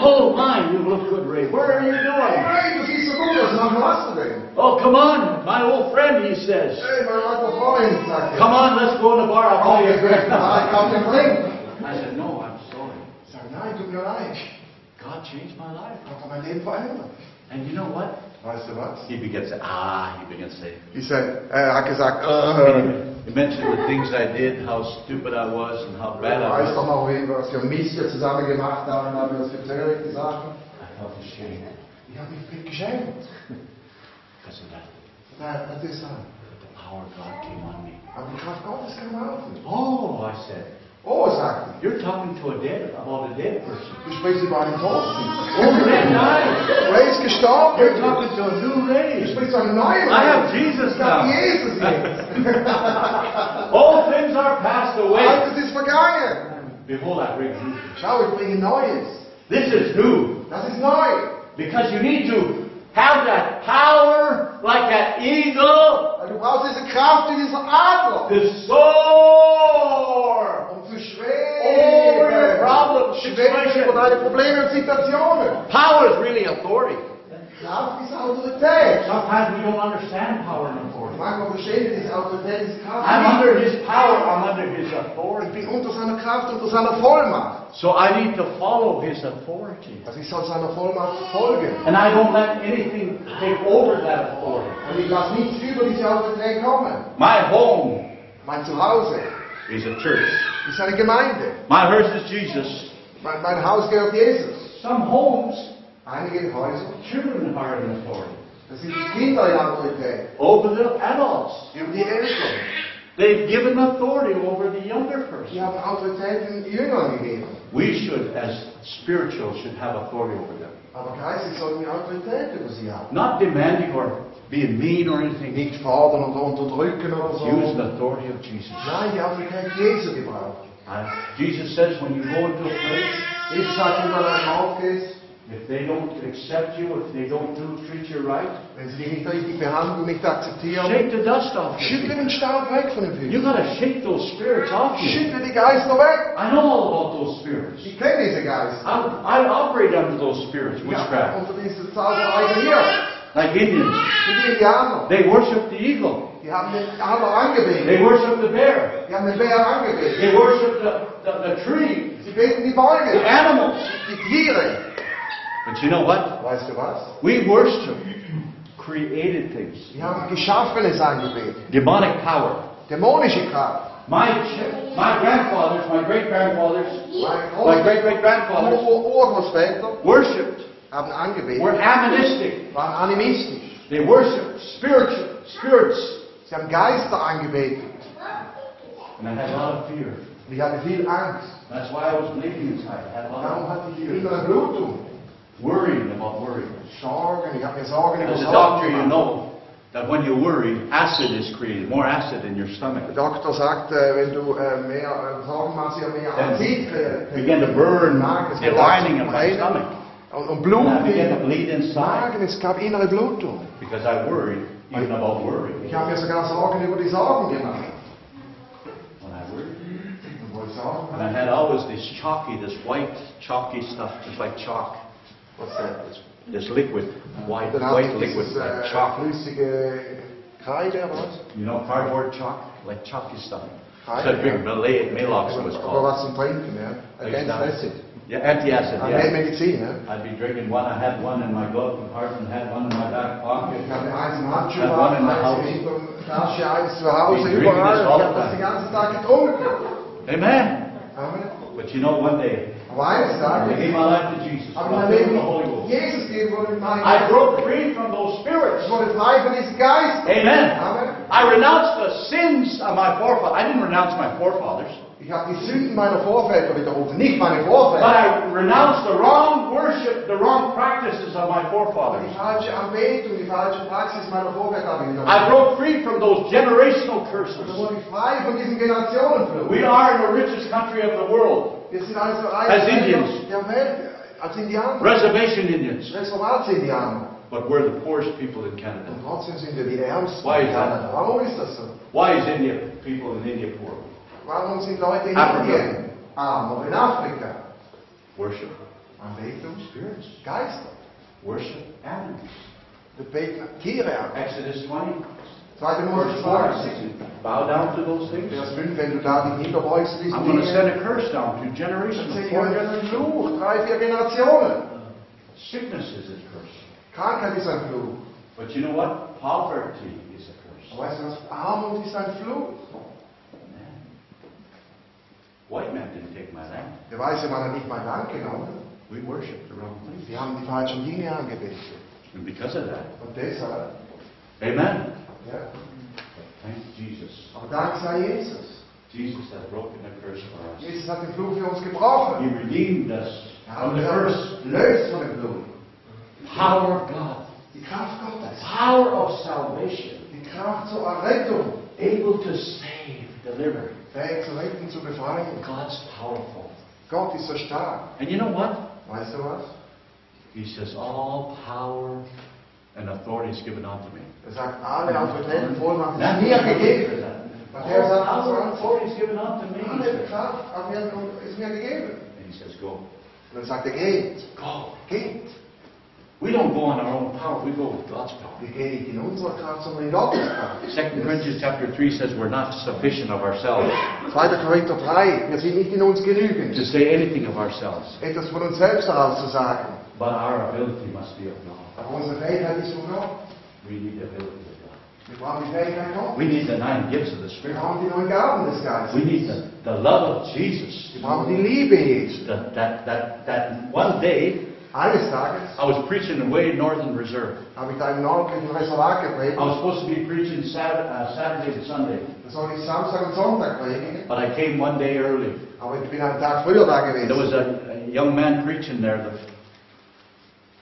Speaker 1: Oh, mine, you look good, Ray. Where are you going?
Speaker 3: Hey, du siehst so gut aus, was machst du denn?
Speaker 1: Oh, come on, my old friend, he says.
Speaker 3: Hey, mein alter Freund, sagt
Speaker 1: Come
Speaker 3: er.
Speaker 1: on, let's go to the bar. I'll buy
Speaker 3: Komm,
Speaker 1: you
Speaker 3: wir
Speaker 1: a drink.
Speaker 3: treffen uns auf den Ring.
Speaker 1: I said, no, I'm sorry.
Speaker 3: Ich sage, nein, tut mir leid.
Speaker 1: God changed my life.
Speaker 3: Gott hat mein Leben verändert.
Speaker 1: And you know what?
Speaker 3: Weißt du was?
Speaker 4: He begins to, ah, he begins to say,
Speaker 3: Ich sag, er hat gesagt, äh,
Speaker 4: he mentioned the things I did, how stupid I was and how bad
Speaker 3: du
Speaker 4: I
Speaker 3: weißt
Speaker 4: was.
Speaker 3: doch noch, wie- was wir Mist hier zusammen gemacht haben, haben wir das für törichte Sachen.
Speaker 1: I felt ashamed
Speaker 3: Ich habe mich geschämt.
Speaker 1: because of that.
Speaker 3: Nein, das ist er.
Speaker 1: But the power of God came on me.
Speaker 3: Aber die Kraft Gottes kann laufen.
Speaker 1: Oh, I said,
Speaker 3: Oh, sagt er.
Speaker 1: you're talking to a dead, about a dead person.
Speaker 3: Du sprichst über einen Toten.
Speaker 1: Oh, Ray died.
Speaker 3: Ray ist
Speaker 1: You're
Speaker 3: gestorben.
Speaker 1: talking to a new
Speaker 3: Du
Speaker 1: Ray.
Speaker 3: sprichst einen neuen
Speaker 1: I have
Speaker 3: Leben.
Speaker 1: Jesus
Speaker 3: Ich hab
Speaker 1: now.
Speaker 3: Jesus jetzt.
Speaker 1: All things are passed away.
Speaker 3: Altes ist vergangen.
Speaker 1: Behold, I bring new.
Speaker 3: Schau, ich bringe Neues.
Speaker 1: This is new
Speaker 3: Das ist neu.
Speaker 1: because you need to have that power like that eagle
Speaker 3: Weil du brauchst diese Kraft wie dieser Adler,
Speaker 1: to soar
Speaker 3: um zu
Speaker 1: over your
Speaker 3: schweben.
Speaker 1: problem
Speaker 3: Schweben über
Speaker 1: situation.
Speaker 3: deine Probleme und Situationen.
Speaker 1: Power is really authority.
Speaker 3: Kraft ist Autorität.
Speaker 1: Sometimes we don't understand power and authority.
Speaker 3: Manchmal verstehen wir diese Autorität, diese
Speaker 1: I'm
Speaker 3: Kraft.
Speaker 1: under his power, I'm under his
Speaker 3: Ich
Speaker 1: authority.
Speaker 3: bin unter seiner Kraft, unter seiner Vollmacht.
Speaker 1: So I need to follow his authority.
Speaker 3: Also ich soll seiner Vollmacht folgen.
Speaker 1: And I don't let anything take over that authority.
Speaker 3: Und ich lasse nichts über diese Autorität kommen.
Speaker 1: My home
Speaker 3: Mein Zuhause
Speaker 1: is a church.
Speaker 3: ist eine Gemeinde.
Speaker 1: My hearse is Jesus.
Speaker 3: Mein, mein Haus gehört Jesus.
Speaker 1: Some homes,
Speaker 3: Einige Häuser,
Speaker 1: children are in authority.
Speaker 3: das sind die Kinder in Autorität.
Speaker 1: Over the adults.
Speaker 3: Über die Eltern.
Speaker 1: They've given authority over the younger person.
Speaker 3: Die haben Autorität den Jüngern gegeben.
Speaker 1: We should, as spiritual, should have authority over them.
Speaker 3: Aber geistig sollten wir Autorität über sie haben.
Speaker 1: Not demanding or being mean or anything.
Speaker 3: Nicht fordern oder unterdrücken oder
Speaker 1: Use
Speaker 3: so.
Speaker 1: the authority of Jesus.
Speaker 3: Nein, die Autorität Jesu gebrauchen.
Speaker 1: I- Jesus says when you go into a place,
Speaker 3: Jesus sagt, wenn du an einem Ort gehst,
Speaker 1: If they don't accept you, if they don't do, treat you right,
Speaker 3: wenn sie dich nicht richtig behandeln, nicht akzeptieren,
Speaker 1: shake the dust off you.
Speaker 3: schüttle den Staub weg von den
Speaker 1: You
Speaker 3: Füßen.
Speaker 1: gotta shake those spirits off you.
Speaker 3: Schüttle die Geister weg.
Speaker 1: I know all about those spirits.
Speaker 3: Ich kenne diese Geister.
Speaker 1: I, I operate under those spirits,
Speaker 3: Ja,
Speaker 1: witchcraft,
Speaker 3: unter diese Zauberei hier.
Speaker 1: like Indians.
Speaker 3: Wie die Indianer.
Speaker 1: They worship the eagle.
Speaker 3: Die haben den Adler angebetet.
Speaker 1: They worship the bear.
Speaker 3: Die haben den Bär angebetet.
Speaker 1: They worship the, the, the tree,
Speaker 3: Sie beten die
Speaker 1: the
Speaker 3: Bäume,
Speaker 1: animals.
Speaker 3: die Tiere.
Speaker 1: But you know what?
Speaker 3: Weißt du was?
Speaker 1: We worship created things,
Speaker 3: Wir haben Geschaffenes angebetet.
Speaker 1: demonic power.
Speaker 3: Dämonische Kraft.
Speaker 1: My ch- my grandfathers, my great grandfathers,
Speaker 3: Meine
Speaker 1: my
Speaker 3: Groß-
Speaker 1: great great
Speaker 3: Ur-
Speaker 1: grandfathers
Speaker 3: Ur- Urgroßväter
Speaker 1: worshipped
Speaker 3: haben
Speaker 1: We're
Speaker 3: angebetet,
Speaker 1: animistic.
Speaker 3: waren animistisch.
Speaker 1: They worship spiritual spirits.
Speaker 3: Sie haben Geister angebetet.
Speaker 1: And I had a lot of fear.
Speaker 3: Und ich hatte viel Angst.
Speaker 1: That's why I was bleeding inside. I had a
Speaker 3: Darum
Speaker 1: lot
Speaker 3: hatte
Speaker 1: of
Speaker 3: ich
Speaker 1: fear.
Speaker 3: innere Blutung.
Speaker 1: Worrying about worry.
Speaker 3: Sorgen, ich habe mir Sorgen über
Speaker 1: As a
Speaker 3: Sorgen
Speaker 1: doctor, you
Speaker 3: gemacht.
Speaker 1: know that when you worry, acid is created, more acid in your
Speaker 3: Der
Speaker 1: stomach.
Speaker 3: Doktor sagt, äh, wenn du äh, mehr äh, Sorgen machst, ja mehr
Speaker 1: Then
Speaker 3: Acid
Speaker 1: it began to burn the lining of my stomach.
Speaker 3: Und, und
Speaker 1: And I
Speaker 3: Blut
Speaker 1: began
Speaker 3: im
Speaker 1: to bleed inside
Speaker 3: Magen. Es gab innere Blutung.
Speaker 1: because I worried even about worry.
Speaker 3: Ich habe mir sogar Sorgen über die Sorgen gemacht.
Speaker 1: When I worried.
Speaker 3: Und wo ich Sorgen
Speaker 1: And I had always this chalky, this white chalky stuff, just like chalk.
Speaker 3: What's
Speaker 1: eh,
Speaker 3: that?
Speaker 1: This liquid, white,
Speaker 3: Dann hast
Speaker 1: white
Speaker 3: du
Speaker 1: liquid,
Speaker 3: dieses
Speaker 1: like
Speaker 3: äh,
Speaker 1: chalk.
Speaker 3: flüssige Kreide, oder was?
Speaker 1: You know cardboard chalk? Like chalky stuff.
Speaker 3: Hi.
Speaker 1: It's a big Malay, Malox was
Speaker 3: Oder
Speaker 1: called.
Speaker 3: was zum Trinken, ja? Against Acid.
Speaker 1: Yeah, anti-acid,
Speaker 3: An
Speaker 1: yeah.
Speaker 3: Medizin, ja?
Speaker 1: I'd be drinking one, I had one in my glove compartment, had one in my back
Speaker 3: Ich
Speaker 1: pocket.
Speaker 3: hatte eins im Handschuh,
Speaker 1: Hat man in der
Speaker 3: eins
Speaker 1: Haus.
Speaker 3: in der Tasche, eins zu Hause,
Speaker 1: Die
Speaker 3: überall.
Speaker 1: trinken das
Speaker 3: Ich habe
Speaker 1: auch
Speaker 3: das
Speaker 1: dann.
Speaker 3: den ganzen Tag getrunken.
Speaker 1: Amen.
Speaker 3: Amen.
Speaker 1: But you know, one day,
Speaker 3: Aber eines
Speaker 1: I
Speaker 3: Tages
Speaker 1: gave my life to Jesus,
Speaker 3: habe
Speaker 1: I
Speaker 3: ich mein
Speaker 1: gave the Holy
Speaker 3: Leben
Speaker 1: Ghost.
Speaker 3: Jesus gegeben und in meinem
Speaker 1: I
Speaker 3: Geist.
Speaker 1: broke free from those spirits.
Speaker 3: Ich wurde frei von diesem Geist.
Speaker 1: Amen.
Speaker 3: Amen.
Speaker 1: I renounced the sins of my forefathers. I didn't renounce my forefathers,
Speaker 3: Ich habe die Sünden meiner Vorväter widerrufen, nicht meine Vorväter.
Speaker 1: but I renounced the wrong worship, the wrong practices of my
Speaker 3: Aber
Speaker 1: forefathers.
Speaker 3: die falsche Anbetung, die falsche Praxis meiner Vorväter habe ich
Speaker 1: I
Speaker 3: widerrufen.
Speaker 1: broke free from those generational
Speaker 3: Da
Speaker 1: curses.
Speaker 3: wurde ich frei von diesem Generationenfluch.
Speaker 1: We are in the richest country of the world.
Speaker 3: Wir sind also eines der
Speaker 1: Als
Speaker 3: reichsten
Speaker 1: Indians.
Speaker 3: der Welt, als Indianer,
Speaker 1: Reservation Indians.
Speaker 3: Schweizerwald-Indianer.
Speaker 1: But we're the poorest people in Canada.
Speaker 3: Und trotzdem sind wir die Ärmsten.
Speaker 1: Why is that?
Speaker 3: Indianer. Warum ist das so?
Speaker 1: Why is India people in India poor?
Speaker 3: Warum sind Leute in
Speaker 1: Afrika.
Speaker 3: Indien arm oder in Afrika?
Speaker 1: Worship
Speaker 3: Anbetung,
Speaker 1: spirits.
Speaker 3: Geister.
Speaker 1: Worship animals.
Speaker 3: Wir beten Tiere an.
Speaker 1: Exodus 20,
Speaker 3: 2.
Speaker 1: verse
Speaker 3: Mose
Speaker 1: 4 and
Speaker 3: 2.
Speaker 1: 6. Bow down to those things.
Speaker 3: Vers 5, wenn du da die Kinder beugst, diesen
Speaker 1: I'm going to send
Speaker 3: Dingen,
Speaker 1: a curse down to generations.
Speaker 3: dann seht ihr
Speaker 1: before
Speaker 3: einen Fluch, drei, vier Generationen.
Speaker 1: Sickness is a curse.
Speaker 3: Krankheit ist ein Fluch.
Speaker 1: But you know what? Poverty is a
Speaker 3: Aber
Speaker 1: curse.
Speaker 3: weißt du was? Armut ist ein Fluch.
Speaker 1: White man didn't take my land.
Speaker 3: Der weiße Mann hat nicht mein Land genommen.
Speaker 1: We worship the wrong
Speaker 3: Sie
Speaker 1: things.
Speaker 3: haben die falschen Dinge angebetet.
Speaker 1: And because of that,
Speaker 3: Und deshalb,
Speaker 1: amen.
Speaker 3: ja,
Speaker 1: Thank Jesus.
Speaker 3: aber dank sei Jesus.
Speaker 1: Jesus has broken the curse for us.
Speaker 3: Jesus hat den Fluch für uns gebrochen.
Speaker 1: He redeemed us
Speaker 3: Er hat
Speaker 1: from the
Speaker 3: uns
Speaker 1: curse.
Speaker 3: erlöst von dem Fluch.
Speaker 1: Power of God,
Speaker 3: Die Kraft Gottes.
Speaker 1: power of salvation,
Speaker 3: Die Kraft zur Errettung.
Speaker 1: able to save, deliver.
Speaker 3: Fähig zu retten, zu befreien.
Speaker 1: God's powerful.
Speaker 3: Gott ist so stark.
Speaker 1: And you know what?
Speaker 3: Weißt du was?
Speaker 1: He says, all power and authority is given unto me.
Speaker 3: Er sagt, alle Autoritäten Vollmacht
Speaker 1: Ja.
Speaker 3: ist mir gegeben. Matthäus 28,
Speaker 1: is given unto
Speaker 3: alle Kraft auf mir kommt, ist mir gegeben.
Speaker 1: And he says, go.
Speaker 3: Und dann sagt er, geht,
Speaker 1: Go.
Speaker 3: geht.
Speaker 1: We don't go on our own power, we go with God's power.
Speaker 3: Wir gehen nicht in unserer Kraft, sondern in Gottes Kraft.
Speaker 1: Second Corinthians chapter 3 says we're not sufficient of ourselves
Speaker 3: 2. Korinther 3, wir sind nicht in uns genügend,
Speaker 1: to say anything of ourselves,
Speaker 3: etwas von uns selbst heraus zu sagen.
Speaker 1: but our ability must be of God.
Speaker 3: Aber unsere Fähigkeit ist von Gott.
Speaker 1: We need the ability of
Speaker 3: Wir brauchen die Fähigkeit
Speaker 1: God.
Speaker 3: Gottes.
Speaker 1: We need the nine gifts of the
Speaker 3: Wir
Speaker 1: Spirit.
Speaker 3: brauchen die neuen Gaben des Geistes.
Speaker 1: We need the, the love of Jesus.
Speaker 3: Wir brauchen die Liebe Jesu.
Speaker 1: That, that, that, that one day,
Speaker 3: Eines Tages
Speaker 1: I was preaching away in Northern Reserve.
Speaker 3: habe ich da im nördlichen Reservat
Speaker 1: I
Speaker 3: gepredigt.
Speaker 1: was supposed to be preaching Sat- uh, Saturday and Sunday,
Speaker 3: Da soll ich Samstag und Sonntag predigen.
Speaker 1: but I came one day early.
Speaker 3: Aber ich bin einen Tag früher da
Speaker 1: There
Speaker 3: gewesen.
Speaker 1: was a, a young man preaching there the,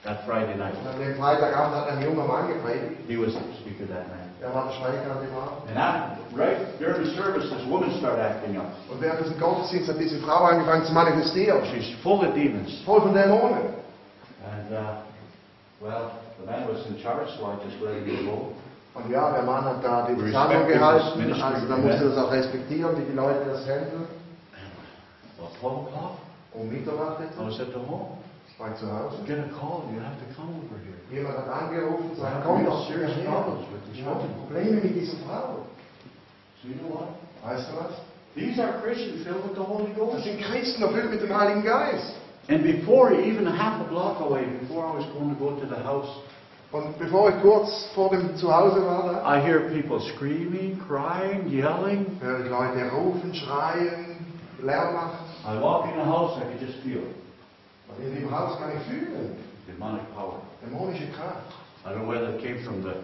Speaker 1: that Friday
Speaker 3: Und
Speaker 1: night.
Speaker 3: an dem Freitagabend hat ein junger Mann gepredigt.
Speaker 1: He was the speaker that night.
Speaker 3: Der war der Schweigkandidat.
Speaker 5: And I, right during the service, this woman started acting up.
Speaker 3: Und während des Gottesdienstes hat diese Frau angefangen zu manifestieren.
Speaker 1: She's full of demons.
Speaker 3: Voll von Dämonen.
Speaker 5: And, uh, well, the man was in charge, so I just let him go.
Speaker 3: Und ja, der Mann hat da die
Speaker 5: Respect
Speaker 3: Bezahlung
Speaker 5: people's ministry,
Speaker 3: gehalten. Also da
Speaker 5: ja.
Speaker 3: musst du das auch respektieren, wie die Leute das handeln.
Speaker 1: Well, 12 o'clock,
Speaker 3: Um Mitternacht
Speaker 1: I
Speaker 3: etwa.
Speaker 1: was at the home.
Speaker 3: Ich war zu Hause.
Speaker 1: Get a call, you have to come over here.
Speaker 3: Jemand hat angerufen und
Speaker 1: I
Speaker 3: sagt,
Speaker 1: have
Speaker 3: komm
Speaker 1: real
Speaker 3: doch,
Speaker 1: serious
Speaker 3: hierher.
Speaker 1: problems with this
Speaker 3: Ich habe
Speaker 1: woman.
Speaker 3: Probleme mit dieser Frau.
Speaker 5: So you know what?
Speaker 3: Weißt du was?
Speaker 5: These are Christians filled with the Holy
Speaker 3: Das
Speaker 5: Ghost.
Speaker 3: sind Christen erfüllt mit dem Heiligen Geist.
Speaker 1: And before, even a half a block away, before I was going to go to the house,
Speaker 3: Und bevor ich kurz vor dem Zuhause war, da,
Speaker 1: I hear people screaming, crying, yelling.
Speaker 3: höre ich Leute rufen, schreien, Lärm machen.
Speaker 5: I walk in the house, I could just feel
Speaker 3: Und in dem Haus kann ich fühlen.
Speaker 1: Demonic power.
Speaker 3: Dämonische Kraft.
Speaker 1: I don't know whether it came from the,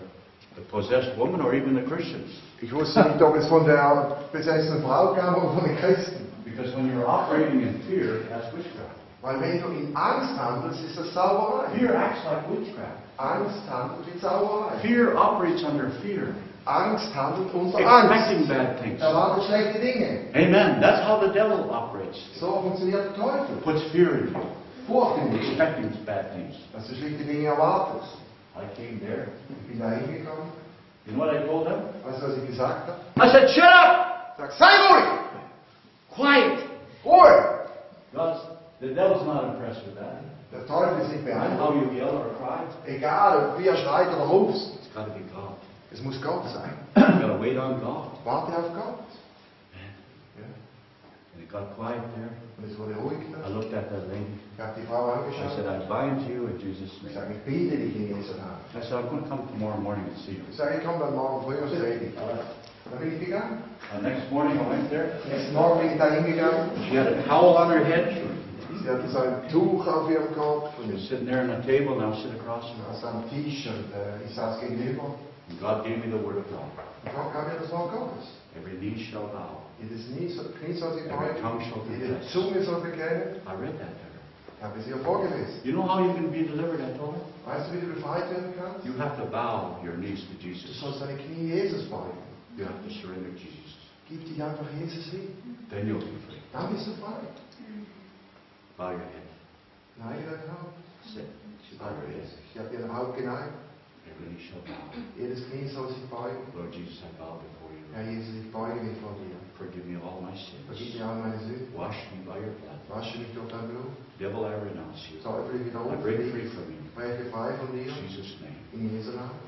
Speaker 1: the possessed woman or even the Christians.
Speaker 3: Ich wusste nicht, ob es von der besessenen Frau kam oder von den Christen.
Speaker 5: Because when you're operating in fear, that's witchcraft.
Speaker 3: Weil wenn du in Angst handelst, ist das Sauerei.
Speaker 5: Fear acts like witchcraft.
Speaker 3: Angst handelt wie Sauerei.
Speaker 1: Fear operates under fear,
Speaker 3: Angst handelt unter Angst.
Speaker 1: expecting bad things.
Speaker 3: Erwartet schlechte Dinge.
Speaker 1: Amen. That's how the devil operates.
Speaker 3: So funktioniert der Teufel.
Speaker 1: Puts fear in you,
Speaker 3: Furcht in dich.
Speaker 1: expecting bad things.
Speaker 3: Dass du schlechte Dinge erwartest.
Speaker 5: I came there.
Speaker 3: Ich bin da hingekommen.
Speaker 5: You know what I told them?
Speaker 3: Weißt du, was ich gesagt habe?
Speaker 1: I said, shut up!
Speaker 3: Ich sag, sei ruhig!
Speaker 1: Quiet!
Speaker 3: Ruhe!
Speaker 5: God's, the devil's not impressed with that.
Speaker 3: Der Teufel ist nicht
Speaker 5: I
Speaker 3: beeindruckt.
Speaker 5: know you yell or cry.
Speaker 3: Egal, wie er schreit oder rufst.
Speaker 1: It's gotta be God.
Speaker 3: Es muss Gott sein.
Speaker 1: You gotta wait on God.
Speaker 3: Warte auf Gott.
Speaker 1: And it got quiet there.
Speaker 3: Und es wurde ruhig.
Speaker 1: I
Speaker 3: Ne?
Speaker 1: looked at that lady.
Speaker 3: Ich habe die Frau
Speaker 1: I said,
Speaker 3: angeschaut.
Speaker 1: I bind you in Jesus' name.
Speaker 3: Ich sage, ich binde dich in Jesu Namen.
Speaker 1: I said, I'm gonna come tomorrow morning and see you.
Speaker 3: Ich sage, ich komme dann morgen früh und sehe dich.
Speaker 5: Uh,
Speaker 3: Dann bin ich gegangen.
Speaker 5: the next morning I went there.
Speaker 3: Nächsten Morgen bin ich da hingegangen.
Speaker 1: She had a towel on her head.
Speaker 3: Sie hatte so ein Tuch auf ihrem Kopf.
Speaker 1: She was
Speaker 3: Und
Speaker 1: sitting there on a table, and I was sitting across from her.
Speaker 3: aus einem T-Shirt. äh, Ich saß gegenüber. Und
Speaker 1: And God gave me the word of God.
Speaker 3: Gott gab mir das Wort Gottes.
Speaker 1: Every knee shall bow.
Speaker 3: Jedes Knie soll- Knie soll sich
Speaker 1: Every
Speaker 3: beugen.
Speaker 1: tongue shall
Speaker 3: Jede
Speaker 1: confess.
Speaker 3: Zunge soll bekennen.
Speaker 1: I read that to her.
Speaker 3: Ich habe es ihr vorgelesen.
Speaker 1: You know how you can be delivered, I told her?
Speaker 3: Weißt du, wie du befreit werden kannst?
Speaker 1: You have to bow your knees to
Speaker 3: Du
Speaker 1: Jesus.
Speaker 3: sollst deine Knie Jesus beugen.
Speaker 1: You have to surrender to Jesus.
Speaker 3: Gib dich einfach Jesus hin.
Speaker 1: Then you'll be free.
Speaker 3: Dann bist du frei.
Speaker 1: Bow your head.
Speaker 3: Neige dein Haupt.
Speaker 1: Sit. She bowed her head.
Speaker 3: Ich habe dir Haupt geneigt.
Speaker 1: Every knee shall bow.
Speaker 3: Jedes Knie soll sich beugen.
Speaker 1: Lord Jesus, I bow before
Speaker 3: Herr
Speaker 1: you.
Speaker 3: Jesus, ich beuge mich vor dir.
Speaker 1: Forgive me of all my
Speaker 3: Vergib
Speaker 1: sins.
Speaker 3: mir all meine Sünden.
Speaker 1: Wash me by your blood.
Speaker 3: Wasche mich durch dein Blut.
Speaker 1: Devil, I renounce you.
Speaker 3: Teufel,
Speaker 1: I
Speaker 3: ich widerrufe
Speaker 1: break
Speaker 3: dich.
Speaker 1: free from you.
Speaker 3: Ich breche frei von
Speaker 1: In
Speaker 3: dir.
Speaker 1: Jesus' name.
Speaker 3: In Jesu Namen.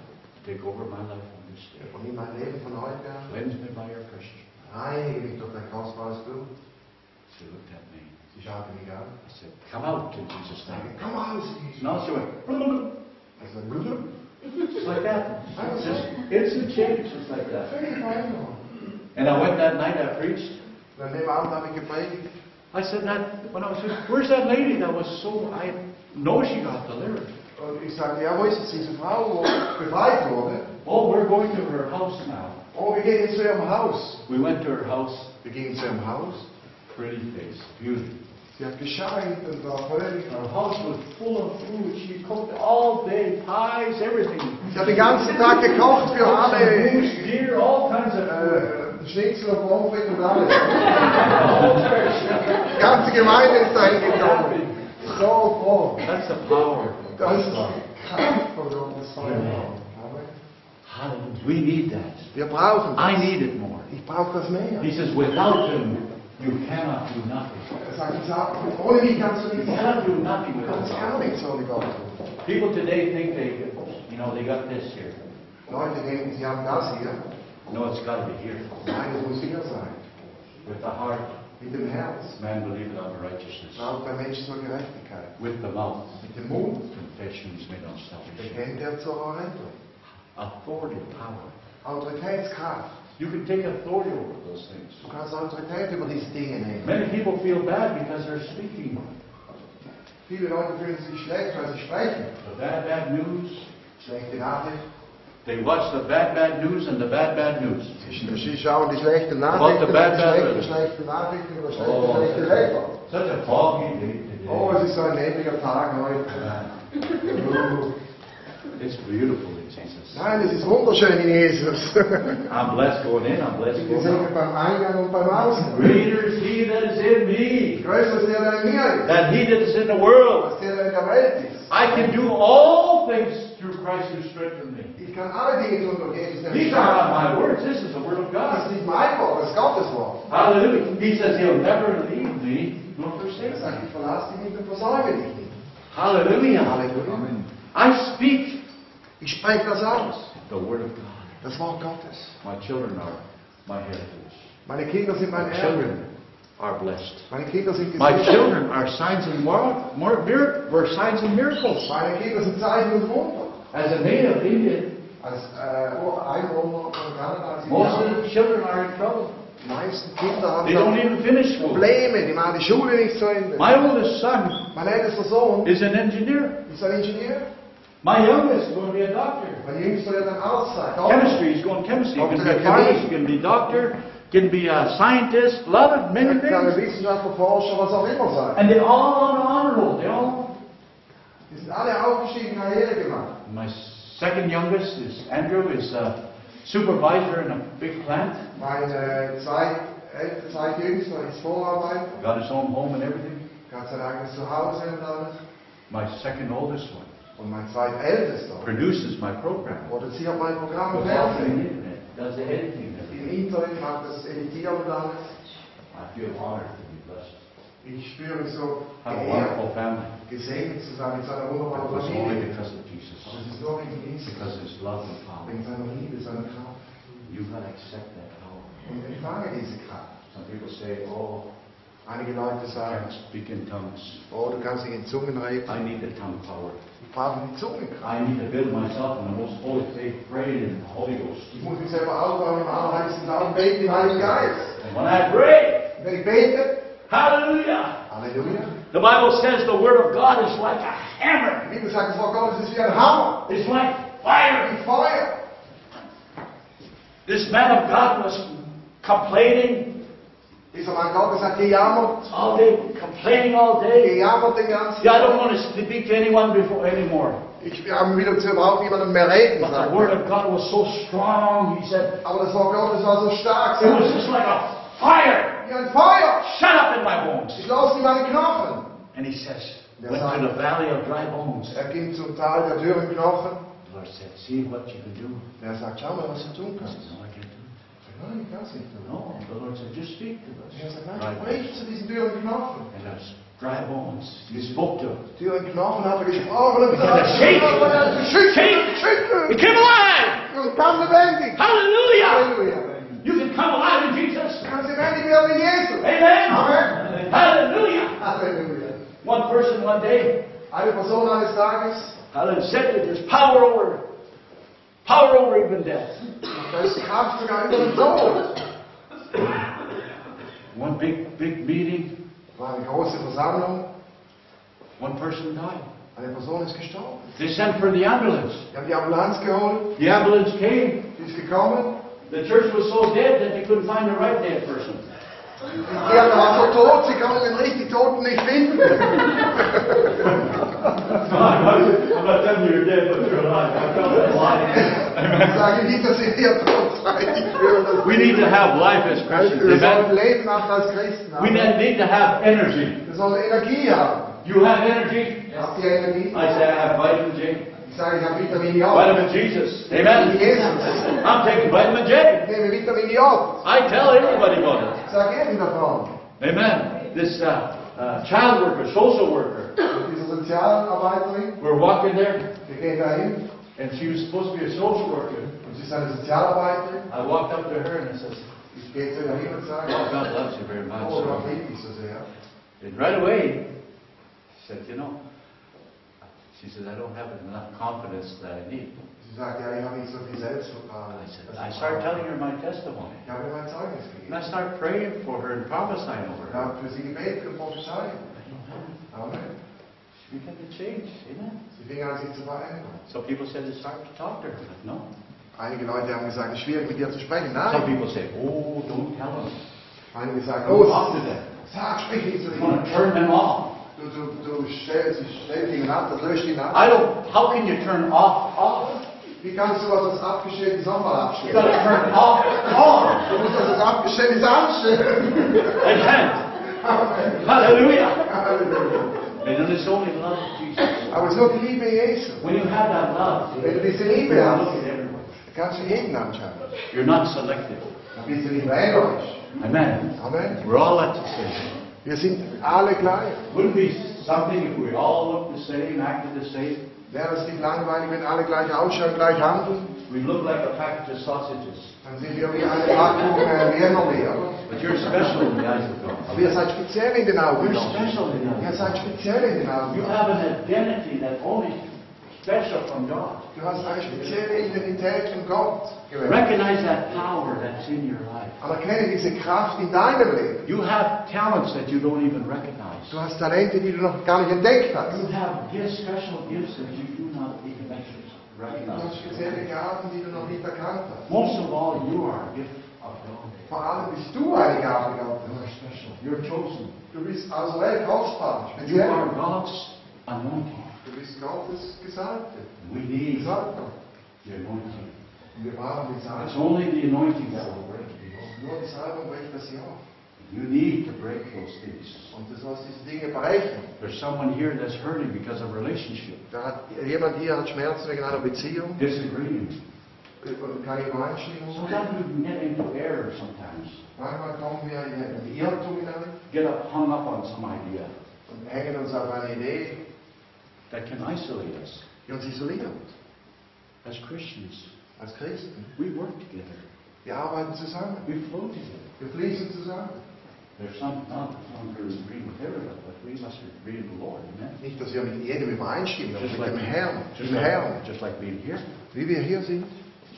Speaker 1: Take over my life on this day.
Speaker 3: Und in mein Leben von heute an.
Speaker 1: Cleanse me by your precious
Speaker 3: Reinige mich durch dein kostbares Blut.
Speaker 1: blood. She looked at me.
Speaker 3: Sie schaute mich an.
Speaker 1: I said, Come out in Jesus'
Speaker 3: Sage,
Speaker 1: name.
Speaker 3: komm raus, Jesus.
Speaker 5: Now she went,
Speaker 3: Also, Blut.
Speaker 5: just like that.
Speaker 3: I was
Speaker 5: Just
Speaker 3: like,
Speaker 5: instant change, just like that.
Speaker 3: völlig Veränderung.
Speaker 5: And I went that night, I preached.
Speaker 3: Und an dem Abend habe ich gepredigt.
Speaker 1: I said that when I was just, where's that lady that was so, I know she got delivered.
Speaker 3: Und ich sagte, ja, wo ist jetzt diese Frau, wo befreit wurde?
Speaker 5: Oh, we're going to her house now.
Speaker 3: Oh, wir gehen jetzt zu ihrem Haus.
Speaker 1: We went to her house,
Speaker 3: Wir gingen zu ihrem Haus.
Speaker 1: pretty face, beautiful.
Speaker 3: Sie hat gescheint und war völlig...
Speaker 1: Her house was full of food. She cooked all day, pies, everything.
Speaker 3: Sie hat den ganzen Tag gekocht für alle.
Speaker 1: Moose, deer, all kinds of food.
Speaker 3: Äh, Schnitzel und Pommes frites und alles. Die ganze Gemeinde ist dahin gekommen.
Speaker 6: So full.
Speaker 1: That's the power.
Speaker 3: Das kam von uns.
Speaker 1: Hallelujah. We need that.
Speaker 3: Wir brauchen
Speaker 1: I
Speaker 3: das.
Speaker 1: need it more.
Speaker 3: Ich brauche das mehr.
Speaker 1: He says, without them, you cannot do nothing.
Speaker 3: Er sagt, ich sag, ohne mich kannst du
Speaker 1: You
Speaker 3: nichts
Speaker 1: cannot
Speaker 3: machen.
Speaker 1: do nothing
Speaker 3: Du kannst
Speaker 1: without
Speaker 3: gar
Speaker 1: God.
Speaker 3: nichts ohne Gott.
Speaker 1: People today think they, you know, they got this here.
Speaker 3: Leute denken, sie haben das hier.
Speaker 1: No, it's got to be here.
Speaker 3: Nein, es muss hier sein.
Speaker 1: With the heart,
Speaker 3: Mit dem Herz.
Speaker 1: man believeth unto righteousness.
Speaker 3: Braucht der Mensch zur Gerechtigkeit.
Speaker 1: With the mouth,
Speaker 3: Mit dem Mund
Speaker 1: confession is made unto salvation.
Speaker 3: bekennt er zur Rettung.
Speaker 1: Authority, power.
Speaker 3: Autoritätskraft.
Speaker 1: You can take authority over those things.
Speaker 3: Du kannst Autorität über diese Dinge nehmen.
Speaker 1: Many people feel bad because they're speaking.
Speaker 3: Viele Leute fühlen sich schlecht, weil sie sprechen.
Speaker 1: The bad, bad news.
Speaker 3: Schlechte Nachricht.
Speaker 1: They watch the bad, bad news and the bad, bad news.
Speaker 3: Sie, sie schauen die schlechten
Speaker 1: What the
Speaker 3: Nachrichten,
Speaker 1: bad
Speaker 3: über die schlechten,
Speaker 1: weather.
Speaker 3: schlechten Nachrichten über schlechte,
Speaker 1: Oh,
Speaker 3: schlechte Wetter.
Speaker 1: such a foggy day today.
Speaker 3: Oh, es ist so ein nebliger Tag heute. Uh.
Speaker 1: It's beautiful in Jesus.
Speaker 3: Nein, es ist wunderschön in Jesus. Wir
Speaker 1: I'm blessed going in, I'm blessed going
Speaker 3: sind
Speaker 1: out.
Speaker 3: wir beim Eingang und beim Ausgang.
Speaker 1: Greater is he that is in me
Speaker 3: Größer ist der, der in mir ist,
Speaker 1: than he that is in the world.
Speaker 3: als der, der in der Welt ist.
Speaker 1: I can do all things through Christ who strengthens me.
Speaker 3: Ich kann alle Dinge tun durch Jesus, der mich
Speaker 1: These are not
Speaker 3: stärkt.
Speaker 1: my words, this is the word of
Speaker 3: Das
Speaker 1: God.
Speaker 3: ist nicht mein Wort, das ist Gottes Wort.
Speaker 1: Hallelujah. He says he'll never leave me nor forsake
Speaker 3: Er sagt,
Speaker 1: me.
Speaker 3: ich verlasse dich nicht und versäume dich nicht.
Speaker 1: Hallelujah.
Speaker 3: Halleluja.
Speaker 1: I speak
Speaker 3: Ich spreche das aus.
Speaker 1: the word of God.
Speaker 3: Das Wort Gottes.
Speaker 1: My children are my heritage.
Speaker 3: Meine Kinder sind mein
Speaker 1: My
Speaker 3: Erbe.
Speaker 1: children are blessed.
Speaker 3: Meine Kinder sind
Speaker 1: My
Speaker 3: gesegnet.
Speaker 1: children are signs and mir- mir- mir- were signs and miracles.
Speaker 3: Meine Kinder sind Zeichen und Wunder.
Speaker 1: As a native Indian,
Speaker 3: Als äh, Ureinwohner von Kanada sind
Speaker 1: most
Speaker 3: die
Speaker 1: of the children are in trouble.
Speaker 3: meisten Kinder haben
Speaker 1: They don't
Speaker 3: da
Speaker 1: even finish school.
Speaker 3: Probleme. Die machen die Schule nicht zu Ende.
Speaker 1: My oldest son
Speaker 3: Mein ältester Sohn
Speaker 1: is an engineer.
Speaker 3: ist ein Ingenieur.
Speaker 1: My youngest is going to be a doctor.
Speaker 3: Mein jüngster wird ein Arzt sein. Doch,
Speaker 1: Chemistry, he's going chemistry. He can be
Speaker 3: Doctor,
Speaker 1: a pharmacist, he can be a doctor, can be a scientist, lot of many
Speaker 3: er kann ein
Speaker 1: things.
Speaker 3: Wissenschaftler, Forscher, was auch immer sein.
Speaker 1: And they all on honor roll. They all.
Speaker 3: Die sind alle aufgestiegen, Karriere gemacht.
Speaker 1: My second youngest is Andrew is a supervisor in a big plant.
Speaker 3: Mein äh, zweit, äh, zweitjüngster ist Vorarbeiter.
Speaker 1: Got his own home and everything.
Speaker 3: Gott sei Dank ist zu Hause und alles.
Speaker 1: My second oldest one
Speaker 3: Und mein zweitältester
Speaker 1: produces my program.
Speaker 3: produziert mein Programm im
Speaker 1: Without the
Speaker 3: Fernsehen.
Speaker 1: internet, does the editing. and
Speaker 3: Im
Speaker 1: everything.
Speaker 3: Internet macht das Editieren und alles.
Speaker 1: I feel honored to be blessed.
Speaker 3: Ich spüre mich so
Speaker 1: Have a
Speaker 3: geehrt,
Speaker 1: wonderful family.
Speaker 3: gesegnet zu sein mit seiner
Speaker 1: It
Speaker 3: wunderbaren
Speaker 1: was only
Speaker 3: Familie.
Speaker 1: because of
Speaker 3: Aber
Speaker 1: Jesus.
Speaker 3: es ist nur wegen Jesus,
Speaker 1: Because his love and power.
Speaker 3: wegen seiner Liebe, seiner Kraft.
Speaker 1: You gotta accept that power.
Speaker 3: Und empfange diese Kraft.
Speaker 1: Some people say, oh,
Speaker 3: Einige Leute
Speaker 1: I
Speaker 3: sagen,
Speaker 1: can't speak in tongues.
Speaker 3: oh, du kannst nicht in Zungen reden.
Speaker 1: I need the tongue power.
Speaker 3: Ich brauche die
Speaker 1: I
Speaker 3: Zungenkraft.
Speaker 1: need to build myself in the most holy faith, praying in the Holy Ghost.
Speaker 3: Ich muss mich selber aufbauen im allerheiligsten Glauben, beten im Heiligen Geist.
Speaker 1: And when I pray,
Speaker 3: Und wenn ich bete,
Speaker 1: hallelujah!
Speaker 3: Halleluja.
Speaker 1: The Bible says the word of God is like a hammer.
Speaker 3: Die Bibel sagt, das Wort Gottes ist wie ein Hammer,
Speaker 1: It's like fire.
Speaker 3: wie Feuer.
Speaker 1: This man of God was complaining
Speaker 3: Dieser Mann Gottes hat gejammert,
Speaker 1: all day, complaining all day.
Speaker 3: gejammert den ganzen
Speaker 1: Yeah, I don't want to speak to anyone before anymore.
Speaker 3: Ich wir haben wieder zu überhaupt niemandem mehr reden
Speaker 1: But the
Speaker 3: sagt.
Speaker 1: word of God was so strong. He said,
Speaker 3: Aber das Wort Gottes war so stark,
Speaker 1: it
Speaker 3: so
Speaker 1: was just like a fire
Speaker 3: wie ein Feuer.
Speaker 1: shut up in my bones.
Speaker 3: Ich los in meine Knochen.
Speaker 1: And he says,
Speaker 3: Yes,
Speaker 1: went
Speaker 3: I-
Speaker 1: to the valley of dry bones.
Speaker 3: Er ging zum Tal der dürren Knochen.
Speaker 1: The Lord said, see what you can do.
Speaker 3: Der sagt, schau mal, was du tun
Speaker 1: I
Speaker 3: kannst.
Speaker 1: said, no, I can't do it.
Speaker 3: Ich sag, Nein, ich kann es nicht tun.
Speaker 1: No, the Lord said, just speak to
Speaker 3: Und Er
Speaker 1: those
Speaker 3: sagt, nein,
Speaker 1: dry
Speaker 3: sprich
Speaker 1: bones.
Speaker 3: zu diesen dürren Knochen.
Speaker 1: And those dry bones, you spoke to them.
Speaker 3: Die Dürren Knochen hat er gesprochen und
Speaker 1: Ja, das schickt. Schickt.
Speaker 3: schüttelt.
Speaker 1: It came alive!
Speaker 3: Und kam lebendig.
Speaker 1: Hallelujah!
Speaker 3: Halleluja.
Speaker 1: You can come alive in Jesus.
Speaker 3: Du kannst lebendig werden in Jesus.
Speaker 1: Amen!
Speaker 3: Amen.
Speaker 1: Hallelujah!
Speaker 3: Halleluja.
Speaker 1: One person one day
Speaker 3: Eine Person eines Tages
Speaker 1: hallelujah, said that there's power over, power over even death.
Speaker 3: Da ist Kraft sogar über den Tod.
Speaker 1: One big, big meeting,
Speaker 3: War eine große Versammlung.
Speaker 1: one person died.
Speaker 3: Eine Person ist gestorben.
Speaker 1: They sent for the ambulance.
Speaker 3: Wir haben die Ambulanz geholt.
Speaker 1: The ambulance came.
Speaker 3: Die ist gekommen.
Speaker 1: The church was so dead that they couldn't find the right dead person.
Speaker 3: Die Kirche war so tot, sie konnten den richtig Toten nicht finden.
Speaker 1: I'm not telling you again, but you're alive. I felt that life.
Speaker 3: Sage nicht, dass ihr hier tot seid. Ich höre das.
Speaker 1: We need to have life as Christians.
Speaker 3: Wir sollen
Speaker 1: Amen.
Speaker 3: leben auch als Christen.
Speaker 1: We
Speaker 3: Amen.
Speaker 1: ne- need to have energy.
Speaker 3: Wir sollen Energie haben.
Speaker 1: You have energy?
Speaker 3: Habt ihr Energie?
Speaker 1: I say I have vitamin J.
Speaker 3: Ich sage, ich habe Vitamin J.
Speaker 1: Vitamin Jesus.
Speaker 3: Vitamin
Speaker 1: Amen.
Speaker 3: Jesus.
Speaker 1: I'm taking vitamin J.
Speaker 3: Ich nehme Vitamin J.
Speaker 1: I tell everybody about
Speaker 3: Ich sage jedem davon.
Speaker 1: it. Amen. This uh, uh, child worker, social worker,
Speaker 3: Diese Sozialarbeiterin,
Speaker 1: we're walking there,
Speaker 3: wir gehen dahin
Speaker 1: and she was supposed to be a social worker.
Speaker 3: und sie ist eine Sozialarbeiterin.
Speaker 1: I walked up to her and I says,
Speaker 3: Ich gehe zu ihr hin und
Speaker 1: "Oh,
Speaker 3: sage,
Speaker 1: God loves you very much.
Speaker 3: oh, Gott
Speaker 1: so."
Speaker 3: liebt mich so sehr.
Speaker 1: And right away, she said, you know, she says, I don't have enough confidence that I need.
Speaker 3: Sie sagt, ja, ich habe nicht so viel Selbstvertrauen.
Speaker 1: I said,
Speaker 3: Das
Speaker 1: I
Speaker 3: ist
Speaker 1: start
Speaker 3: wahr.
Speaker 1: telling her my testimony.
Speaker 3: Ich habe ihr mein Zeugnis gegeben.
Speaker 1: And I start praying for her and prophesying over
Speaker 3: Ich
Speaker 1: her.
Speaker 3: habe für sie gebetet und prophezeit. Amen.
Speaker 1: She began to change, amen.
Speaker 3: Sie fing an, sich zu verändern.
Speaker 1: So people said it's hard to talk to her. But no.
Speaker 3: Einige Leute haben gesagt, es ist schwierig, mit dir zu sprechen.
Speaker 1: Some
Speaker 3: Nein.
Speaker 1: people say, oh, don't tell them.
Speaker 3: Einige sagen,
Speaker 1: Don't talk
Speaker 3: oh,
Speaker 1: to them.
Speaker 3: sag, sprich nicht zu
Speaker 1: You
Speaker 3: ihm.
Speaker 1: want to turn them off.
Speaker 3: Du, du, du stellst, stellst ihn ab, das löscht ihn ab.
Speaker 1: I don't, how can you turn off off?
Speaker 3: Wie kannst du aus uns abgestellten Sommer
Speaker 1: You
Speaker 3: abstellen?
Speaker 1: gotta turn off on.
Speaker 3: Du musst das jetzt abgestellt ist anstellen.
Speaker 1: Amen. Hallelujah. And then it's only love, Jesus.
Speaker 3: Aber es ist nur die Liebe Jesu.
Speaker 1: When you have that love,
Speaker 3: Wenn du diese Liebe
Speaker 1: you're
Speaker 3: hast,
Speaker 1: looking everywhere.
Speaker 3: kannst du jeden anschauen.
Speaker 1: You're not selective.
Speaker 3: Dann bist du nicht mehr euch.
Speaker 1: Amen.
Speaker 3: Amen.
Speaker 1: We're all at the same.
Speaker 3: Wir sind alle gleich.
Speaker 1: Wouldn't it be something if we all looked the same, acted the same?
Speaker 3: Wäre es nicht langweilig, wenn alle gleich ausschauen, gleich handeln?
Speaker 1: We look like a package of sausages.
Speaker 3: Dann sind wir wie eine Packung äh, Leermolly, oder?
Speaker 1: But you're special in the eyes of
Speaker 3: Aber
Speaker 1: God.
Speaker 3: ihr seid speziell in den Augen.
Speaker 1: You're
Speaker 3: Gottes.
Speaker 1: special in the
Speaker 3: Ihr
Speaker 1: eyes of
Speaker 3: seid speziell in den
Speaker 1: God.
Speaker 3: Augen.
Speaker 1: You
Speaker 3: Gottes.
Speaker 1: have an identity that only special from God.
Speaker 3: Du hast eine spezielle Identität von Gott. gewählt.
Speaker 1: Recognize that power that's in your life.
Speaker 3: Anerkenne diese Kraft in deinem Leben.
Speaker 1: You have talents that you don't even recognize.
Speaker 3: Du hast Talente, die du noch gar nicht entdeckt hast.
Speaker 1: You have gifts, special gifts that you do not even
Speaker 3: Du hast
Speaker 1: recognize.
Speaker 3: spezielle Gaben, die du noch nicht erkannt hast.
Speaker 1: Most of all, you are a gift of God.
Speaker 3: Vor allem bist du eine Gabe Gottes.
Speaker 1: special. You're chosen.
Speaker 3: Du bist außerordentlich kostbar,
Speaker 1: You are
Speaker 3: speziell.
Speaker 1: God's anointing.
Speaker 3: Du bist Gottes Gesandte.
Speaker 1: We need the
Speaker 3: Gesandter.
Speaker 1: anointing.
Speaker 3: Und wir brauchen die
Speaker 1: It's
Speaker 3: Salbung.
Speaker 1: only the anointing that will break you.
Speaker 3: Nur die Salbung bricht das hier auf.
Speaker 1: You need to break those things.
Speaker 3: Und du sollst diese Dinge brechen.
Speaker 1: There's someone here that's hurting because of relationship,
Speaker 3: Da hat, jemand hier hat Schmerzen wegen einer Beziehung
Speaker 1: disagreement.
Speaker 3: und keine Übereinstimmung.
Speaker 1: Sometimes we can get into error sometimes.
Speaker 3: Manchmal kommen wir in den Irrtum hinein
Speaker 1: Get up, hung up on some idea
Speaker 3: und hängen uns auf eine Idee,
Speaker 1: that can isolate us.
Speaker 3: die uns isoliert.
Speaker 1: As Christians,
Speaker 3: Als Christen.
Speaker 1: we work together.
Speaker 3: Wir arbeiten zusammen.
Speaker 1: We flow together.
Speaker 3: Wir fließen zusammen.
Speaker 1: There's some, not one who agree with everyone, but we must agree in the Lord. Amen.
Speaker 3: Nicht, dass wir mit jedem übereinstimmen, aber
Speaker 1: Just
Speaker 3: mit
Speaker 1: like-
Speaker 3: dem Herrn,
Speaker 1: Just
Speaker 3: dem
Speaker 1: like,
Speaker 3: Herrn.
Speaker 1: just like being here.
Speaker 3: Wie wir hier sind,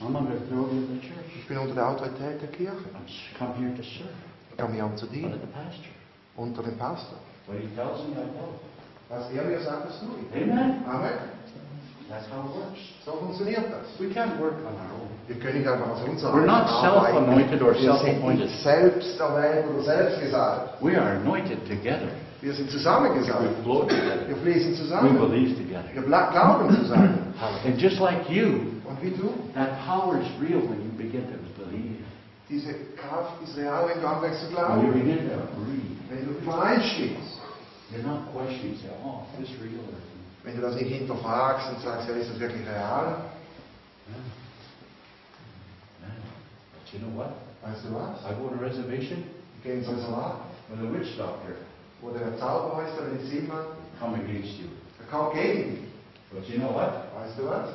Speaker 1: I'm under the authority of the church.
Speaker 3: ich bin unter der Autorität der Kirche.
Speaker 1: I'm s- come here to serve.
Speaker 3: Ich komme hier, um zu
Speaker 1: Under
Speaker 3: dienen,
Speaker 1: the pastor.
Speaker 3: unter dem Pastor.
Speaker 1: What he tells me, I tell
Speaker 3: Was er mir sagt, das tue
Speaker 1: him. Amen.
Speaker 3: ich. Amen.
Speaker 1: That's how it works.
Speaker 3: So funktioniert das.
Speaker 1: We can't work on our own.
Speaker 3: Wir können nicht einfach aus uns
Speaker 1: We're not self-anointed or
Speaker 3: Wir sind
Speaker 1: self-appointed.
Speaker 3: nicht selbst erwähnt oder selbst gesagt.
Speaker 1: We are anointed together.
Speaker 3: Wir sind
Speaker 1: We
Speaker 3: zusammengesagt.
Speaker 1: flow together.
Speaker 3: Wir fließen
Speaker 1: We
Speaker 3: zusammen.
Speaker 1: believe
Speaker 3: Wir
Speaker 1: together.
Speaker 3: bla- glauben zusammen.
Speaker 1: And just like you,
Speaker 3: Und wie du,
Speaker 1: that power is real when you begin to believe.
Speaker 3: diese Kraft ist real, wenn du anfängst zu
Speaker 1: When you
Speaker 3: glauben.
Speaker 1: begin to agree.
Speaker 3: Wenn du übereinstimmst.
Speaker 1: You're not questioning, say, oh, is this real or
Speaker 3: Wenn du das nicht hinterfragst und sagst, ja, ist das wirklich real?
Speaker 1: no? But you know what?
Speaker 3: Weißt du was?
Speaker 1: I go on a reservation
Speaker 3: Wir gehen ins Reservat,
Speaker 1: with a witch doctor.
Speaker 3: wo der Zaubermeister, der Medizinmann,
Speaker 1: Come against you.
Speaker 3: der kommt gegen dich.
Speaker 1: But you know what?
Speaker 3: Weißt du was?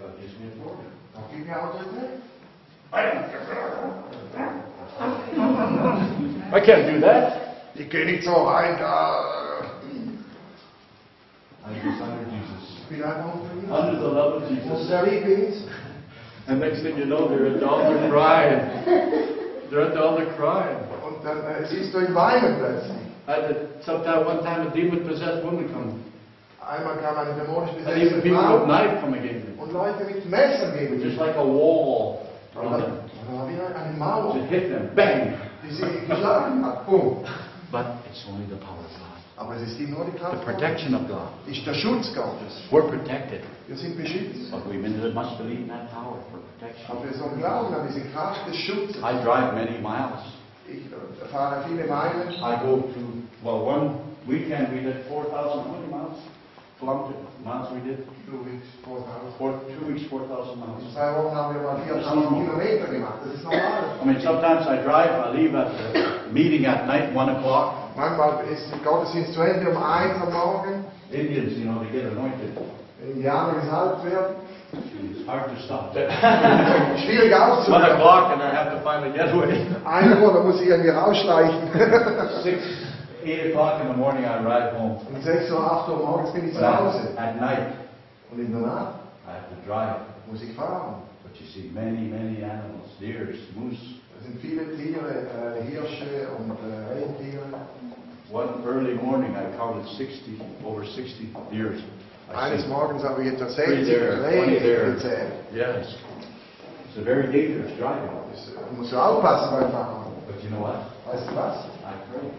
Speaker 1: God gives me authority.
Speaker 3: Dann gib mir Autorität.
Speaker 1: I can't do that.
Speaker 3: Ich gehe nicht so rein, da.
Speaker 1: I'm just under Jesus.
Speaker 3: Ich bin einfach unter
Speaker 1: Under the love of
Speaker 3: mir. Unter
Speaker 1: Jesus.
Speaker 3: der Liebe Jesu.
Speaker 1: And next thing you know, they're at the altar crying. They're at the altar crying.
Speaker 3: Und dann äh, siehst du ihn weinen plötzlich.
Speaker 1: I had sometime, one time, a demon-possessed woman come.
Speaker 3: Einmal kam eine dämonisch
Speaker 1: And even
Speaker 3: besetzte
Speaker 1: people with
Speaker 3: Frau
Speaker 1: knife come against me.
Speaker 3: und Leute mit Messern gegen
Speaker 1: Just
Speaker 3: dich.
Speaker 1: like a wall
Speaker 3: Und
Speaker 1: from
Speaker 3: dann
Speaker 1: them.
Speaker 3: und dann war wieder eine
Speaker 1: To
Speaker 3: Mauer,
Speaker 1: hit them, bang!
Speaker 3: die sie geschlagen hat. Boom.
Speaker 7: but it's only the power of God.
Speaker 3: Aber es ist ihm nur die
Speaker 7: The
Speaker 3: Kraft Gottes.
Speaker 7: protection of God.
Speaker 3: Ist der Schutz Gottes.
Speaker 7: We're protected,
Speaker 3: Wir sind beschützt.
Speaker 7: but we must believe in that power for
Speaker 3: Aber wir
Speaker 7: protection.
Speaker 3: sollen glauben an diese Kraft des Schutzes.
Speaker 1: I drive many miles.
Speaker 3: Ich äh, fahre viele Meilen.
Speaker 1: I go to, well, one weekend we did 4,000, how many miles? Kilometer, miles we did?
Speaker 3: Du willst vorfahren.
Speaker 1: Four, two weeks, 4,000 miles.
Speaker 3: Also Zwei Wochen haben wir mal 4000 Kilometer gemacht. Das ist normal.
Speaker 1: I mean, sometimes I drive, I leave at the meeting at night, 1 o'clock.
Speaker 3: Manchmal ist der Gottesdienst zu Ende um eins am Morgen,
Speaker 1: Indians, you know, they get anointed.
Speaker 3: wenn Indianer gesalbt werden.
Speaker 1: It's hard to stop them.
Speaker 3: Schwierig
Speaker 1: 1
Speaker 3: aufzuhören.
Speaker 1: o'clock and I have to find a getaway.
Speaker 3: Einer Uhr, da muss ich irgendwie raussteichen.
Speaker 1: 6, 8 o'clock in the morning I arrive home.
Speaker 3: Um 6 Uhr, 8 Uhr morgens bin ich
Speaker 1: But
Speaker 3: zu Hause.
Speaker 1: At night,
Speaker 3: Und in der Nacht
Speaker 1: I have to drive.
Speaker 3: muss ich fahren.
Speaker 1: But you see many, many animals, deers, moose.
Speaker 3: Da sind viele Tiere, äh, Hirsche und äh, Rentiere.
Speaker 1: One early morning, I counted 60, over 60 deers. I
Speaker 3: Eines
Speaker 1: see.
Speaker 3: Morgens habe ich etwa
Speaker 1: Three
Speaker 3: 60
Speaker 1: there, twenty there.
Speaker 3: Rehe gezählt.
Speaker 1: Yes. It's a very dangerous drive.
Speaker 3: Das, äh, Musst du aufpassen beim Fahren.
Speaker 1: But you know what?
Speaker 3: Weißt du was?
Speaker 1: I pray.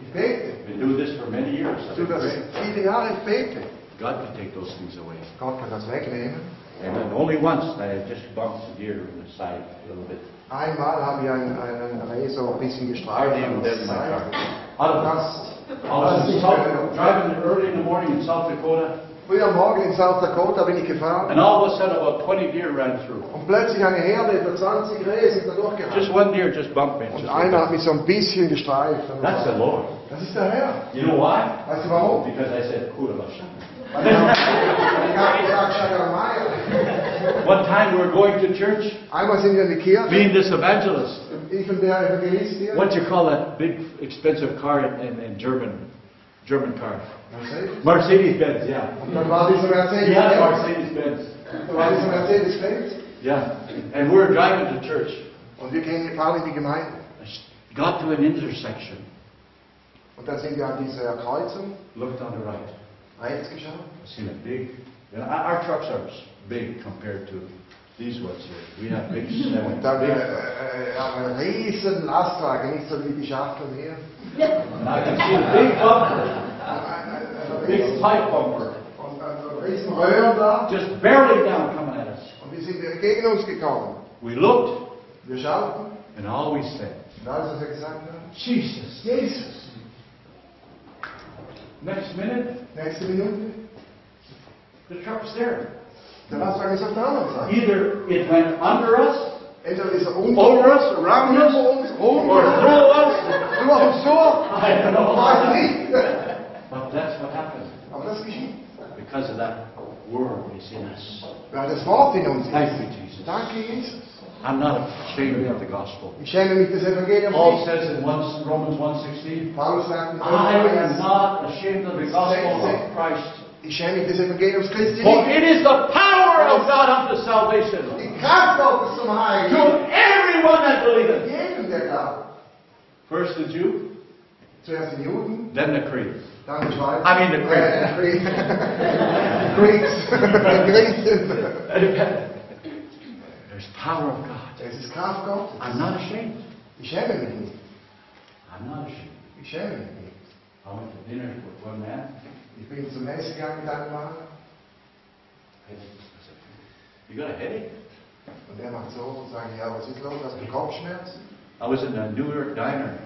Speaker 3: Ich bete.
Speaker 1: Been doing this for many years.
Speaker 3: Ich
Speaker 1: I've
Speaker 3: tue
Speaker 1: been
Speaker 3: das
Speaker 1: praying.
Speaker 3: viele Jahre, ich bete.
Speaker 1: God can take those things away.
Speaker 3: Gott kann das wegnehmen.
Speaker 1: And then only once I had just bumped a deer on the side a little bit.
Speaker 3: Einmal habe ich einen, einen Reh so ein bisschen
Speaker 1: I
Speaker 3: gestreift.
Speaker 1: already am dead in my car. Out of
Speaker 3: Das,
Speaker 1: I was in South, driving early in the morning in South Dakota,
Speaker 3: früh am Morgen in South Dakota bin ich gefahren
Speaker 1: and all of a sudden about 20 deer ran through.
Speaker 3: und plötzlich eine Herde über 20 Rehe sind da durchgerannt.
Speaker 1: Just one deer just bumped me. It's
Speaker 3: Und
Speaker 1: just
Speaker 3: einer hat
Speaker 1: like
Speaker 3: mich so ein bisschen gestreift.
Speaker 1: that. That's the Lord.
Speaker 3: Das ist der Herr.
Speaker 1: You know why?
Speaker 3: Weißt du warum?
Speaker 1: Because I said, "Kurabasha."
Speaker 3: Weil ich habe gesagt, Schagaramaya.
Speaker 1: One time we were going to church,
Speaker 3: Einmal sind wir in die
Speaker 1: me
Speaker 3: Kirche,
Speaker 1: and this evangelist.
Speaker 3: ich und der Evangelist hier.
Speaker 1: What you call that big expensive car in, in, in German, German car?
Speaker 3: Mercedes.
Speaker 1: Mercedes Benz, yeah.
Speaker 3: Und dann war dieser
Speaker 1: He
Speaker 3: Mercedes.
Speaker 1: had a
Speaker 3: Benz.
Speaker 1: Mercedes Benz.
Speaker 3: Da war dieser Mercedes Benz.
Speaker 1: Yeah. And we were driving to church.
Speaker 3: Und wir gehen hier fahren in die Gemeinde.
Speaker 1: I s- got to an intersection,
Speaker 3: Und dann sind wir an dieser Kreuzung
Speaker 1: looked on the right,
Speaker 3: rechts geschaut.
Speaker 1: seen a big, and our, our trucks are s- big compared to these ones here. We have big, seven,
Speaker 3: Und dann äh,
Speaker 1: big.
Speaker 3: äh, haben wir einen riesen Lastwagen, nicht so wie die Schachteln hier.
Speaker 1: And I can see a big bumper,
Speaker 3: Ein
Speaker 1: big
Speaker 3: riesen,
Speaker 1: pipe bumper,
Speaker 3: und dann so ein riesen Röhren da.
Speaker 1: just barely down coming at us.
Speaker 3: Und die sind gegen uns gekommen.
Speaker 1: We looked,
Speaker 3: Wir schauten.
Speaker 1: and all we said,
Speaker 3: Und alles, was wir gesagt haben.
Speaker 1: Jesus, Jesus. Next minute,
Speaker 3: Nächste Minute.
Speaker 1: the truck's there.
Speaker 3: Der Lastwagen ist auf der anderen Seite.
Speaker 1: Either it went under us,
Speaker 3: Entweder ist er unten,
Speaker 1: over us, around us,
Speaker 3: über uns, rum,
Speaker 1: or
Speaker 3: oder
Speaker 1: through us.
Speaker 3: durch uns durch.
Speaker 1: I don't know. why.
Speaker 3: Weiß nicht.
Speaker 1: But that's what happened
Speaker 3: Aber das geschieht.
Speaker 1: because of that word is in us.
Speaker 3: Weil das Wort in uns
Speaker 7: Thank you,
Speaker 3: ist.
Speaker 7: Jesus.
Speaker 3: Danke, Jesus.
Speaker 1: I'm not ashamed of the gospel.
Speaker 3: Ich schäme mich des Evangeliums
Speaker 1: Paul
Speaker 3: nicht.
Speaker 1: says in one, Romans 1.16,
Speaker 3: Paulus sagt in
Speaker 1: I am
Speaker 3: 1.
Speaker 1: not ashamed of the gospel of Christ.
Speaker 3: Ich schäme mich des Evangeliums Christi
Speaker 1: For
Speaker 3: nicht.
Speaker 1: it is the power of God unto salvation
Speaker 3: Die Kraft Gottes zum Heiligen.
Speaker 1: to everyone that believeth.
Speaker 3: Jedem, der glaubt.
Speaker 1: First the Jew,
Speaker 3: Zuerst den Juden,
Speaker 1: then the Creed.
Speaker 3: dann den Schweizer. Äh,
Speaker 1: I mean the Greek.
Speaker 3: Greeks. Griechen.
Speaker 1: There's power of God.
Speaker 3: Es ist Kraft Gottes.
Speaker 1: I'm not ashamed.
Speaker 3: Ich schäme mich nicht.
Speaker 1: I'm not ashamed.
Speaker 3: Ich schäme mich nicht.
Speaker 1: I went to dinner with one man.
Speaker 3: Ich bin zum Messe gegangen mit einem Mann
Speaker 1: I said, You got a headache?
Speaker 3: und der macht so und sagt, ja, was ist los? Hast du Kopfschmerzen?
Speaker 1: I was in a New York diner.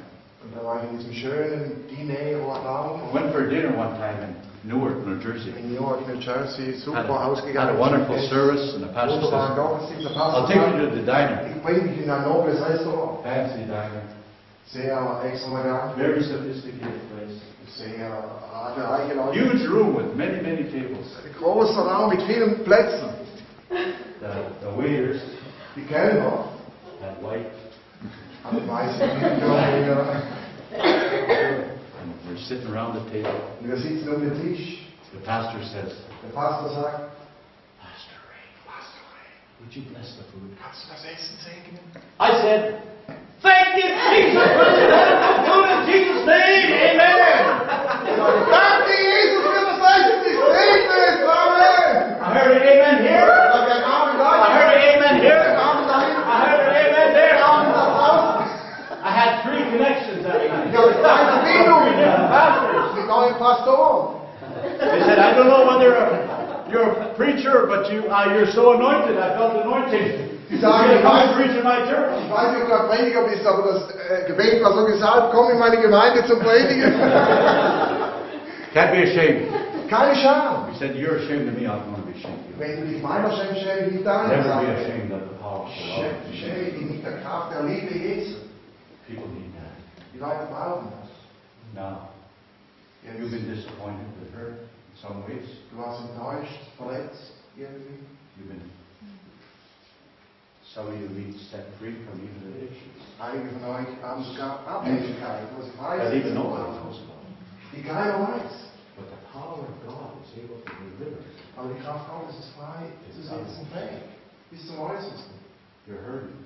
Speaker 3: Und da war ich in diesem schönen Diner Raum
Speaker 1: Went for dinner one time in Newark, New Jersey.
Speaker 3: in New York, New Jersey, super
Speaker 1: Had a, had
Speaker 3: ausgegangen.
Speaker 1: a wonderful service, and the pastor
Speaker 3: Wunderbaren
Speaker 1: says,
Speaker 3: Gottesdienst, der
Speaker 1: I'll
Speaker 3: Pastor
Speaker 1: take
Speaker 3: sagt,
Speaker 1: you to the diner.
Speaker 3: ich bringe dich in ein nobles Restaurant.
Speaker 1: Fancy diner.
Speaker 3: Sehr extravagant,
Speaker 1: Very sophisticated place.
Speaker 3: sehr harte, reiche Leute.
Speaker 1: Huge room with many, many tables.
Speaker 3: Ein großer Raum mit vielen Plätzen.
Speaker 1: The, the waiters
Speaker 3: Die Kellner
Speaker 1: had white,
Speaker 3: haben weiße Hüte.
Speaker 1: and we're sitting around the table.
Speaker 3: Und wir sitzen um den Tisch.
Speaker 1: The pastor says,
Speaker 3: Der Pastor sagt,
Speaker 1: Pastor Ray,
Speaker 3: Pastor Ray,
Speaker 1: would you bless the food?
Speaker 3: kannst du das Essen segnen?
Speaker 1: I said, Thank you, Jesus, for the wonderful food in Jesus' name. Amen.
Speaker 3: Danke, Jesus, für das Essen, ich segne es, Amen!
Speaker 1: I heard an amen here.
Speaker 3: Sag ein Amen
Speaker 1: I
Speaker 3: da,
Speaker 1: heard an amen
Speaker 3: ein
Speaker 1: here.
Speaker 3: Amen da hinten,
Speaker 1: I heard an amen there.
Speaker 3: ein Amen da draußen.
Speaker 1: I had three
Speaker 8: connections that night.
Speaker 3: Ja, mit deinen Verbindungen,
Speaker 8: Pastors.
Speaker 3: mit neuen Pastoren.
Speaker 8: They said, I don't know whether you're a preacher, but you, uh, you're so anointed. I felt anointing. You gotta come and preach in my church.
Speaker 3: Ich weiß nicht, ob du ein Prediger bist, aber das äh, Gebet war so gesagt, komm in meine Gemeinde zum Predigen.
Speaker 8: Can't be ashamed.
Speaker 3: Keine Scham.
Speaker 8: He said, you're ashamed of me, I'm gonna be ashamed of you.
Speaker 3: Wenn du dich meiner Scham schämst, nicht deiner
Speaker 8: Never be
Speaker 3: Scham.
Speaker 8: ashamed of the power of the Lord.
Speaker 3: Schäme dich nicht der Kraft der Liebe Jesu.
Speaker 8: People need that.
Speaker 3: Die Leute brauchen das.
Speaker 8: Now,
Speaker 3: Jetzt,
Speaker 8: you've been disappointed with her in some ways.
Speaker 3: du warst enttäuscht, verletzt irgendwie.
Speaker 8: You've been, some of you need to set free from even addictions.
Speaker 3: Einige von euch haben sogar Abhängigkeit, was
Speaker 8: That
Speaker 3: weiß
Speaker 8: even no one knows about.
Speaker 3: die keiner weiß.
Speaker 8: But the power of God is able to deliver.
Speaker 3: Aber die Kraft Gottes ist frei zu setzen, fähig, bis zum Äußersten.
Speaker 8: You're hurting,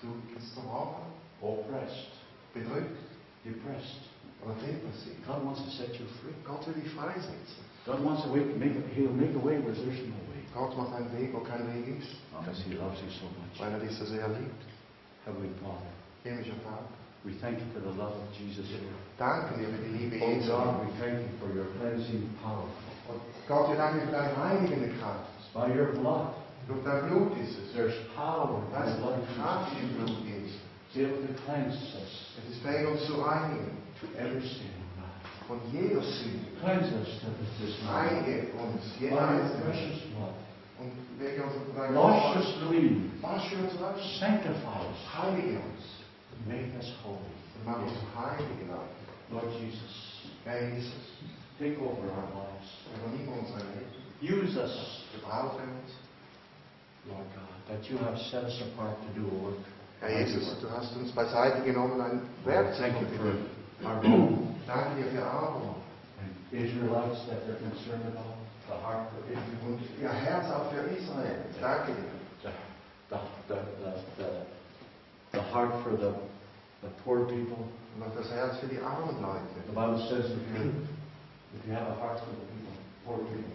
Speaker 3: Du bist zum Opfer,
Speaker 8: oppressed,
Speaker 3: bedrückt
Speaker 8: depressed.
Speaker 3: oder depressiv.
Speaker 1: God wants to set you free.
Speaker 3: Gott will dich freisetzen.
Speaker 1: God wants to way, make, he'll make a way where there's no way.
Speaker 3: Gott macht einen Weg, wo kein Weg ist,
Speaker 1: Because he loves you so much.
Speaker 3: weil er dich so sehr liebt.
Speaker 1: Heavenly Father,
Speaker 3: Himmlischer Vater,
Speaker 1: we thank you for the love of Jesus.
Speaker 3: danke dir für die Liebe
Speaker 8: Oh
Speaker 3: Jesu.
Speaker 8: God, we thank you for your cleansing power.
Speaker 3: Und Gott, wir danken dir für deine reinigende Kraft.
Speaker 8: It's by your blood.
Speaker 3: Durch dein Blut ist es.
Speaker 8: There's power in
Speaker 3: Das ist
Speaker 8: the blood of
Speaker 3: die Kraft
Speaker 8: Jesus.
Speaker 3: im Blut Jesu.
Speaker 8: It's able to cleanse us
Speaker 3: Es ist fähig, uns zu reinigen
Speaker 8: to every sin. God.
Speaker 3: von jeder Sünde.
Speaker 8: Cleanse us to this night.
Speaker 3: Reinige uns,
Speaker 8: By
Speaker 3: jeden
Speaker 8: your
Speaker 3: Einzelnen.
Speaker 8: precious blood.
Speaker 3: Und lege uns unter dein
Speaker 8: Wash
Speaker 3: Wasche
Speaker 8: us clean.
Speaker 3: uns wasch.
Speaker 8: Sanctify us.
Speaker 3: Heilige uns.
Speaker 8: Make us holy.
Speaker 3: Und mach uns zum Heiligen an.
Speaker 8: Lord Jesus,
Speaker 3: Herr Jesus,
Speaker 8: take over our lives.
Speaker 3: übernimm unsere Leben.
Speaker 8: Use us,
Speaker 3: Gebrauche uns.
Speaker 1: Lord God, that you have set us apart to do a work.
Speaker 3: Herr Jesus, du hast uns beiseite genommen, ein Werkzeug
Speaker 1: Thank you
Speaker 3: gegeben.
Speaker 1: for our role
Speaker 3: Danke dir für Aaron
Speaker 1: and Israelites that they're concerned about, the heart for Israel,
Speaker 3: und ihr Herz auch für Israel. Danke dir.
Speaker 1: the, the, the, the, the heart for the, the poor people.
Speaker 3: Und auch das Herz für die armen Leute.
Speaker 1: The Bible says if you, if you have a heart for the people, poor people,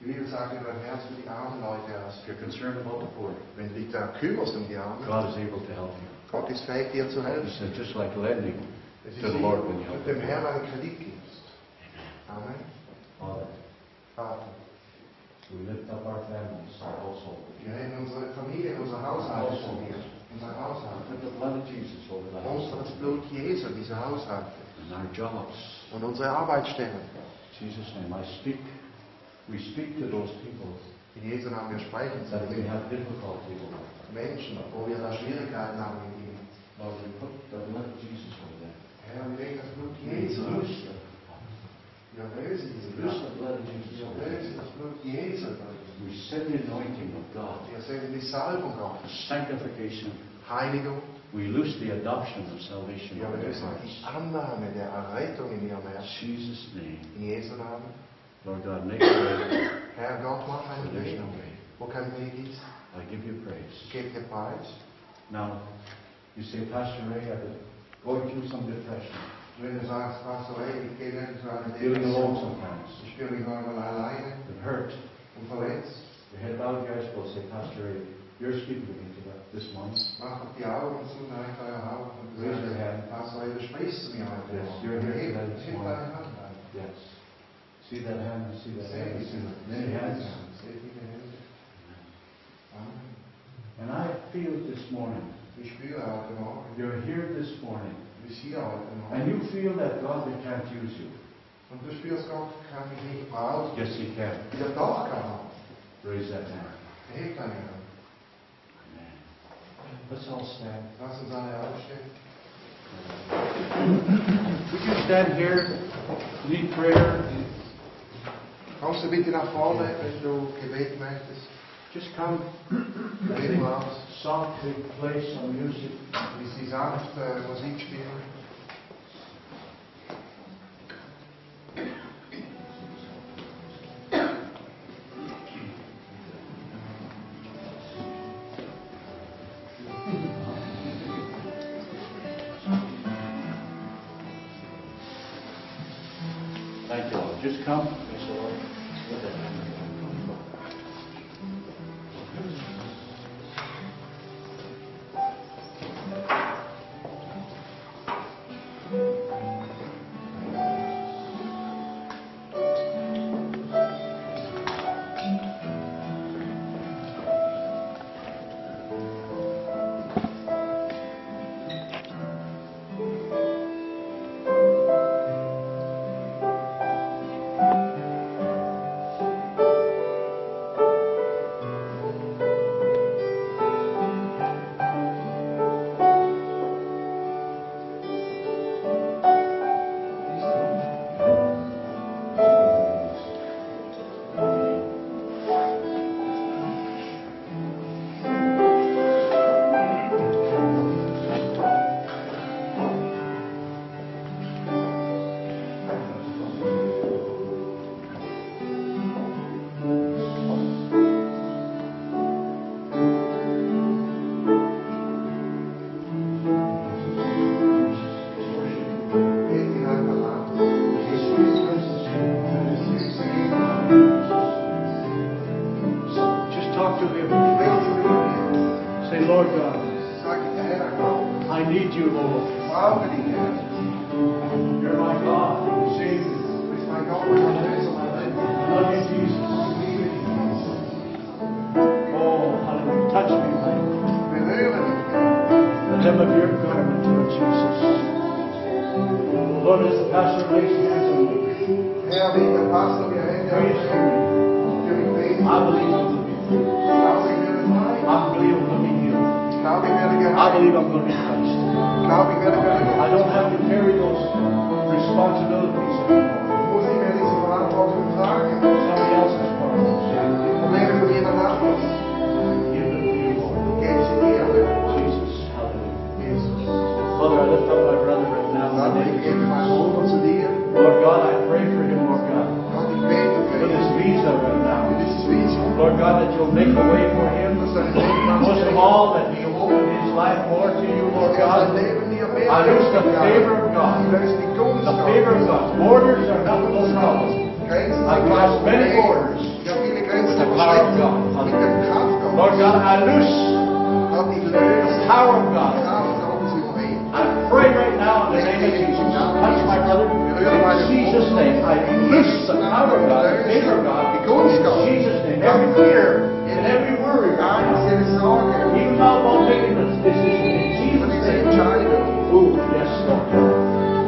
Speaker 3: Die Bibel sagt, wenn du ein Herz für die armen Leute
Speaker 1: if
Speaker 3: hast,
Speaker 1: you're concerned about the poor,
Speaker 3: wenn du dich da kümmerst um die Armen,
Speaker 1: God is able to help you.
Speaker 3: Gott ist fähig, dir zu helfen.
Speaker 1: He said, just like lending
Speaker 3: Es
Speaker 1: to
Speaker 3: ist
Speaker 1: the
Speaker 3: wie,
Speaker 1: Lord when you
Speaker 3: wenn
Speaker 1: help
Speaker 3: du dem
Speaker 1: him.
Speaker 3: Herrn einen Kredit gibst. Amen.
Speaker 1: Father,
Speaker 3: Vater,
Speaker 1: we lift up our families, our household.
Speaker 3: wir nehmen unsere Familie, unser Haushalt zu dir. Unser Haushalt.
Speaker 1: Put the blood of Jesus over the house.
Speaker 3: Unser das Blut Jesu, diese Haushalte.
Speaker 1: And our jobs.
Speaker 3: Und unsere Arbeitsstellen.
Speaker 1: In Jesus' name, I speak, we speak to those people
Speaker 3: In Jesu Namen, wir sprechen zu
Speaker 1: that we
Speaker 3: dir.
Speaker 1: have difficulty with.
Speaker 3: Menschen, wo wir da Schwierigkeiten haben mit ihnen.
Speaker 1: Lord, we put the blood of Jesus over them.
Speaker 3: Herr, wir legen das Blut
Speaker 1: Loose
Speaker 3: Jesu. Wir erlösen diese
Speaker 1: the, loose
Speaker 3: Blut.
Speaker 1: the blood of Jesus
Speaker 3: Wir
Speaker 1: over them.
Speaker 3: erlösen das Blut Jesu.
Speaker 1: We send the anointing of God,
Speaker 3: Wir senden die Salbung auf.
Speaker 1: sanctification.
Speaker 3: Heiligung.
Speaker 1: We loose the adoption of salvation
Speaker 3: Wir
Speaker 1: over their
Speaker 3: erlösen
Speaker 1: hearts.
Speaker 3: die Annahme der Errettung in ihrem
Speaker 1: In
Speaker 3: Herzen.
Speaker 1: Jesus' name,
Speaker 3: In Jesu Namen.
Speaker 1: Lord God, make a way
Speaker 3: Herr Gott, mach
Speaker 1: where
Speaker 3: einen
Speaker 1: there's
Speaker 3: Weg,
Speaker 1: no way.
Speaker 3: wo kein Weg ist.
Speaker 1: I give you praise.
Speaker 3: Gib dir Preis.
Speaker 1: Now, you say, Pastor Ray, I've been going through some depression,
Speaker 3: Wenn du sagst, Pastor, ey, ich gehe nicht zu einer
Speaker 1: feeling alone
Speaker 3: Depression.
Speaker 1: sometimes,
Speaker 3: Ich spüre mich manchmal alleine
Speaker 1: it hurt.
Speaker 3: und verletzt.
Speaker 1: The head bowed, your eyes closed, say, Pastor Ray, you're speaking to me today- this month.
Speaker 3: Mach doch die Augen zu, neig deine Augen und
Speaker 1: Raise your
Speaker 3: sag,
Speaker 1: hand.
Speaker 3: Pastor, ey, du sprichst zu mir heute.
Speaker 1: Yes,
Speaker 3: Morgen.
Speaker 1: you're here
Speaker 3: Hey,
Speaker 1: tonight,
Speaker 3: Heb
Speaker 1: Lord.
Speaker 3: deine Hand rein.
Speaker 1: Yes. See that hand, see that
Speaker 3: Sehr
Speaker 1: hand,
Speaker 3: gut.
Speaker 1: see that. Many hands.
Speaker 3: Sehr viele Hände. Amen.
Speaker 1: And I feel this morning,
Speaker 3: Ich spüre heute Morgen,
Speaker 1: you're here this morning,
Speaker 3: du bist hier heute
Speaker 1: and
Speaker 3: Morgen.
Speaker 1: you feel that God they can't use you.
Speaker 3: Und du spürst, Gott kann mich nicht brauchen.
Speaker 1: Yes, He can.
Speaker 3: Ja, doch kann
Speaker 1: Raise that hand.
Speaker 3: er. Heb deine Hand.
Speaker 1: Amen. Let's all stand.
Speaker 3: Lass uns alle aufstehen.
Speaker 1: Would you stand here? Need prayer?
Speaker 3: Kommst du bitte nach vorne, wenn du Gebet möchtest?
Speaker 1: Just come.
Speaker 3: Beten wir aus.
Speaker 1: Softly play some music.
Speaker 3: Wie sie sanft äh,
Speaker 1: eh,
Speaker 3: Musik spielen.
Speaker 1: Thank you, Lord. Just come. Praise the Lord. Let that hand go. Lord, as the pastor lays hands on you,
Speaker 3: Herr, wie der Pastor mir Hände
Speaker 1: praise
Speaker 3: auflegt,
Speaker 1: you.
Speaker 3: für mich beten.
Speaker 1: I believe you will be healed.
Speaker 3: Ich glaube, ich werde frei.
Speaker 1: I believe I'm going to be healed.
Speaker 3: Ich glaube, ich
Speaker 1: I
Speaker 3: werde
Speaker 1: believe I'm going to be touched. I
Speaker 3: geheilt. Ich glaube, ich werde geheilt.
Speaker 1: don't have to carry those responsibilities anymore.
Speaker 3: Muss ich mir diese Verantwortung tragen?
Speaker 1: Somebody else's
Speaker 3: Die
Speaker 1: part.
Speaker 3: Probleme von jeder Nacht
Speaker 1: Give them to you, Lord.
Speaker 3: gebe ich dir.
Speaker 1: Jesus, hallelujah.
Speaker 3: Jesus.
Speaker 1: Father, I lift up my brother right now.
Speaker 3: Vater,
Speaker 1: in the name
Speaker 3: ich gebe
Speaker 1: of
Speaker 3: meinen
Speaker 1: Jesus.
Speaker 3: Bruder zu dir.
Speaker 1: Lord God, I pray for him, Lord God,
Speaker 3: Gott, ich bete
Speaker 1: for
Speaker 3: für
Speaker 1: his
Speaker 3: ihn.
Speaker 1: visa right
Speaker 3: Für
Speaker 1: now.
Speaker 3: dieses Wesen.
Speaker 1: Lord God, that you'll make a way for him.
Speaker 3: Dass sein Leben ganz
Speaker 1: Most of
Speaker 3: gerecht
Speaker 1: all, that he open his life more to you, Lord
Speaker 3: Dass er sein
Speaker 1: God.
Speaker 3: Leben dir
Speaker 1: I
Speaker 3: mehr
Speaker 1: lose the
Speaker 3: gibt, Herr.
Speaker 1: favor of God.
Speaker 3: Ich löse die Gunst
Speaker 1: The
Speaker 3: Gottes.
Speaker 1: favor of God. Borders are not no problem.
Speaker 3: Grenzen
Speaker 1: I cross many
Speaker 3: übertreten.
Speaker 1: borders.
Speaker 3: Ich habe viele Grenzen
Speaker 1: The power of God.
Speaker 3: überschritten. Mit der Kraft
Speaker 1: Lord
Speaker 3: Gottes.
Speaker 1: God, I loose
Speaker 3: Gott, ich
Speaker 1: the
Speaker 3: löse
Speaker 1: power of
Speaker 3: die
Speaker 1: God.
Speaker 3: Kraft Gottes über ihn.
Speaker 1: I pray right now in the name of Jesus. Touch my brother. In Jesus' name, I loose the power of God, the favor of God. In Jesus' name, every fear and every worry.
Speaker 3: Nein, jede Sorge.
Speaker 1: Even though I'm making this decision in
Speaker 3: Über
Speaker 1: Jesus'
Speaker 3: diese
Speaker 1: name.
Speaker 3: Entscheidung.
Speaker 1: Ooh, yes, Lord.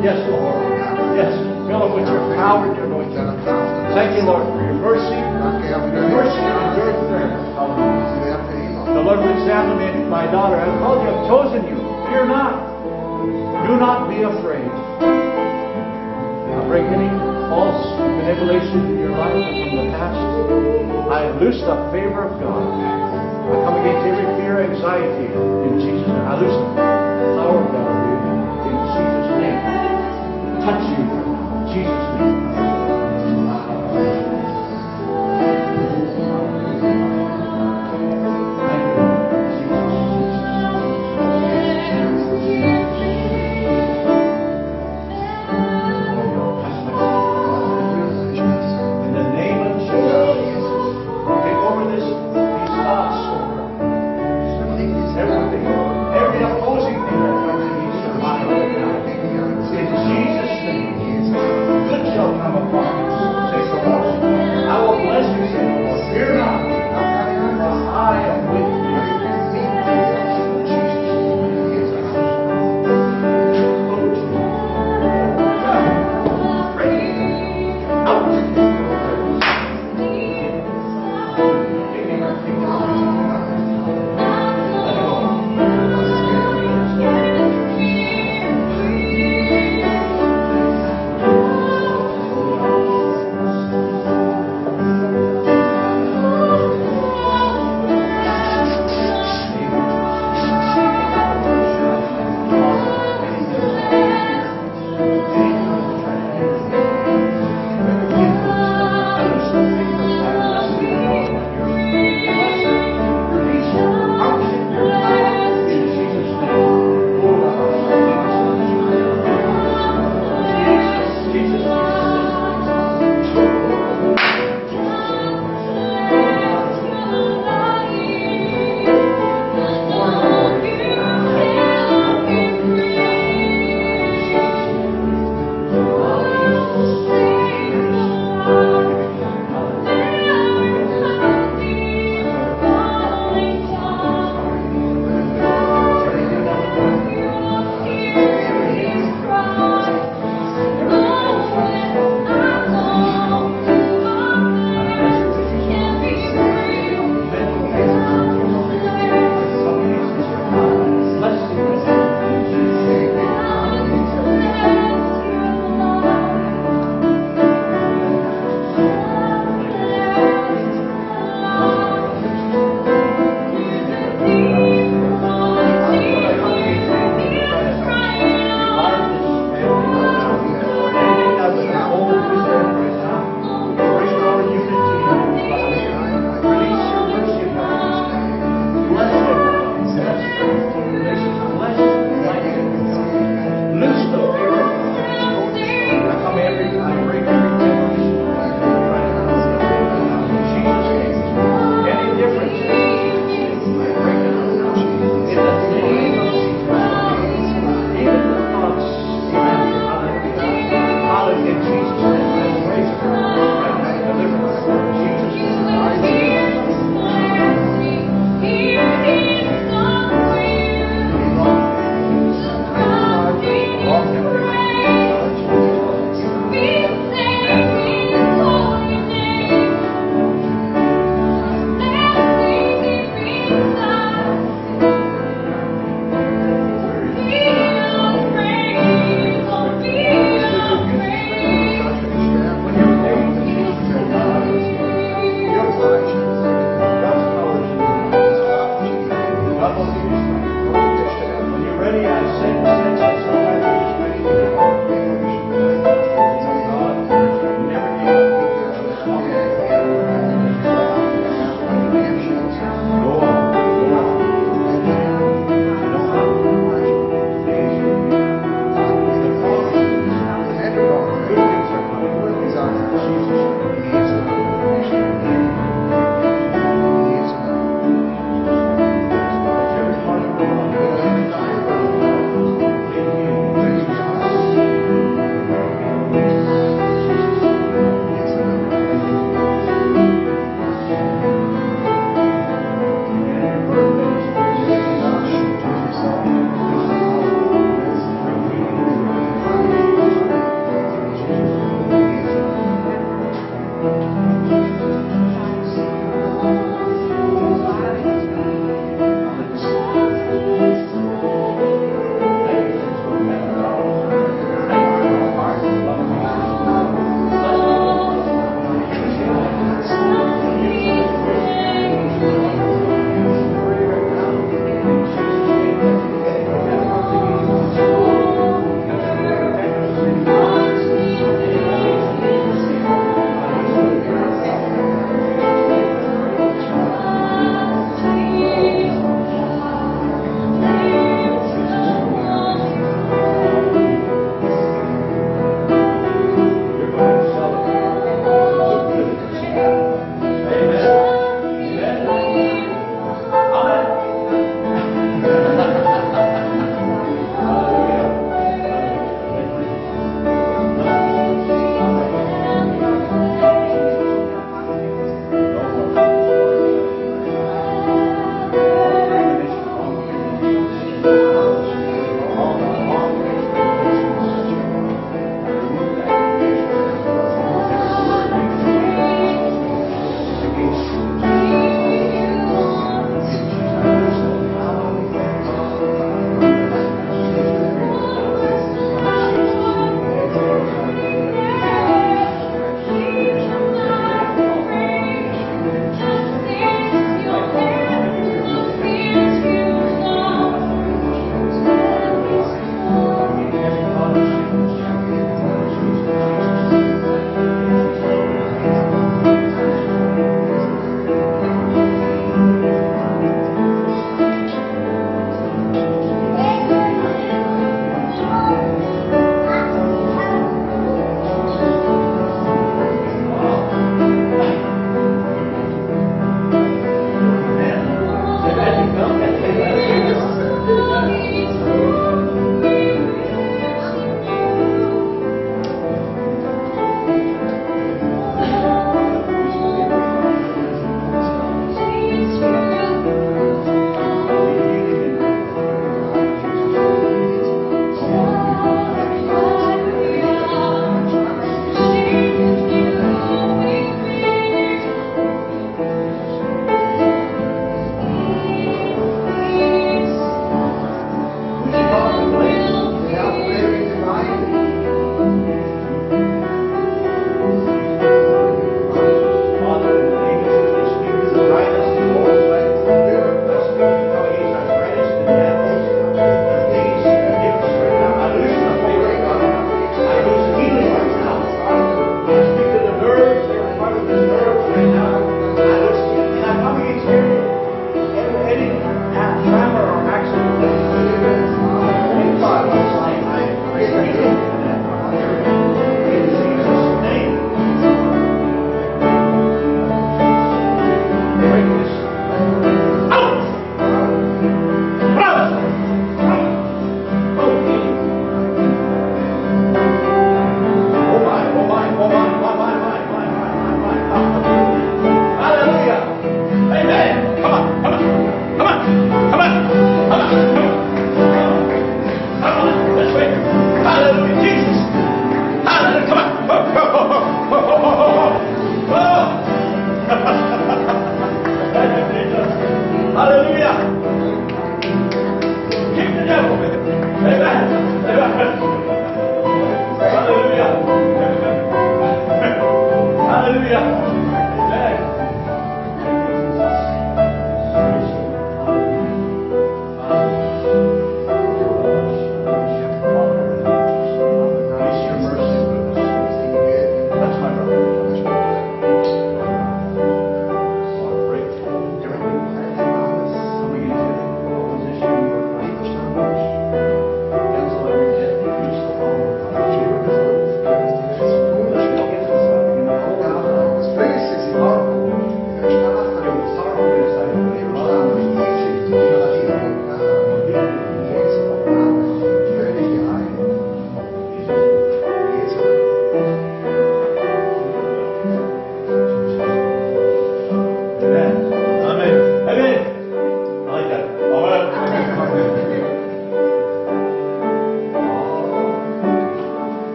Speaker 1: Yes, Lord. Yes. Fill him with your power and your
Speaker 3: Mit
Speaker 1: anointing.
Speaker 3: deiner Kraft.
Speaker 1: Thank you, Lord, for your mercy.
Speaker 3: Danke, Herr, für
Speaker 1: Your
Speaker 3: deine
Speaker 1: mercy and your
Speaker 3: Gnade.
Speaker 1: prayer. Hallelujah.
Speaker 3: Sie werden für immer.
Speaker 1: The Lord would say unto me, My daughter, I have called you, I have chosen you. Fear not. Do not be afraid. I break any false manipulation in your life and from the past. I loose the favor of God. I come against every fear, anxiety in Jesus' name. I loose the power of God in Jesus' name. Touch you in Jesus' name. Thank you, Jesus. In the name of Jesus, take over this, these thoughts, Lord. Everything, every opposing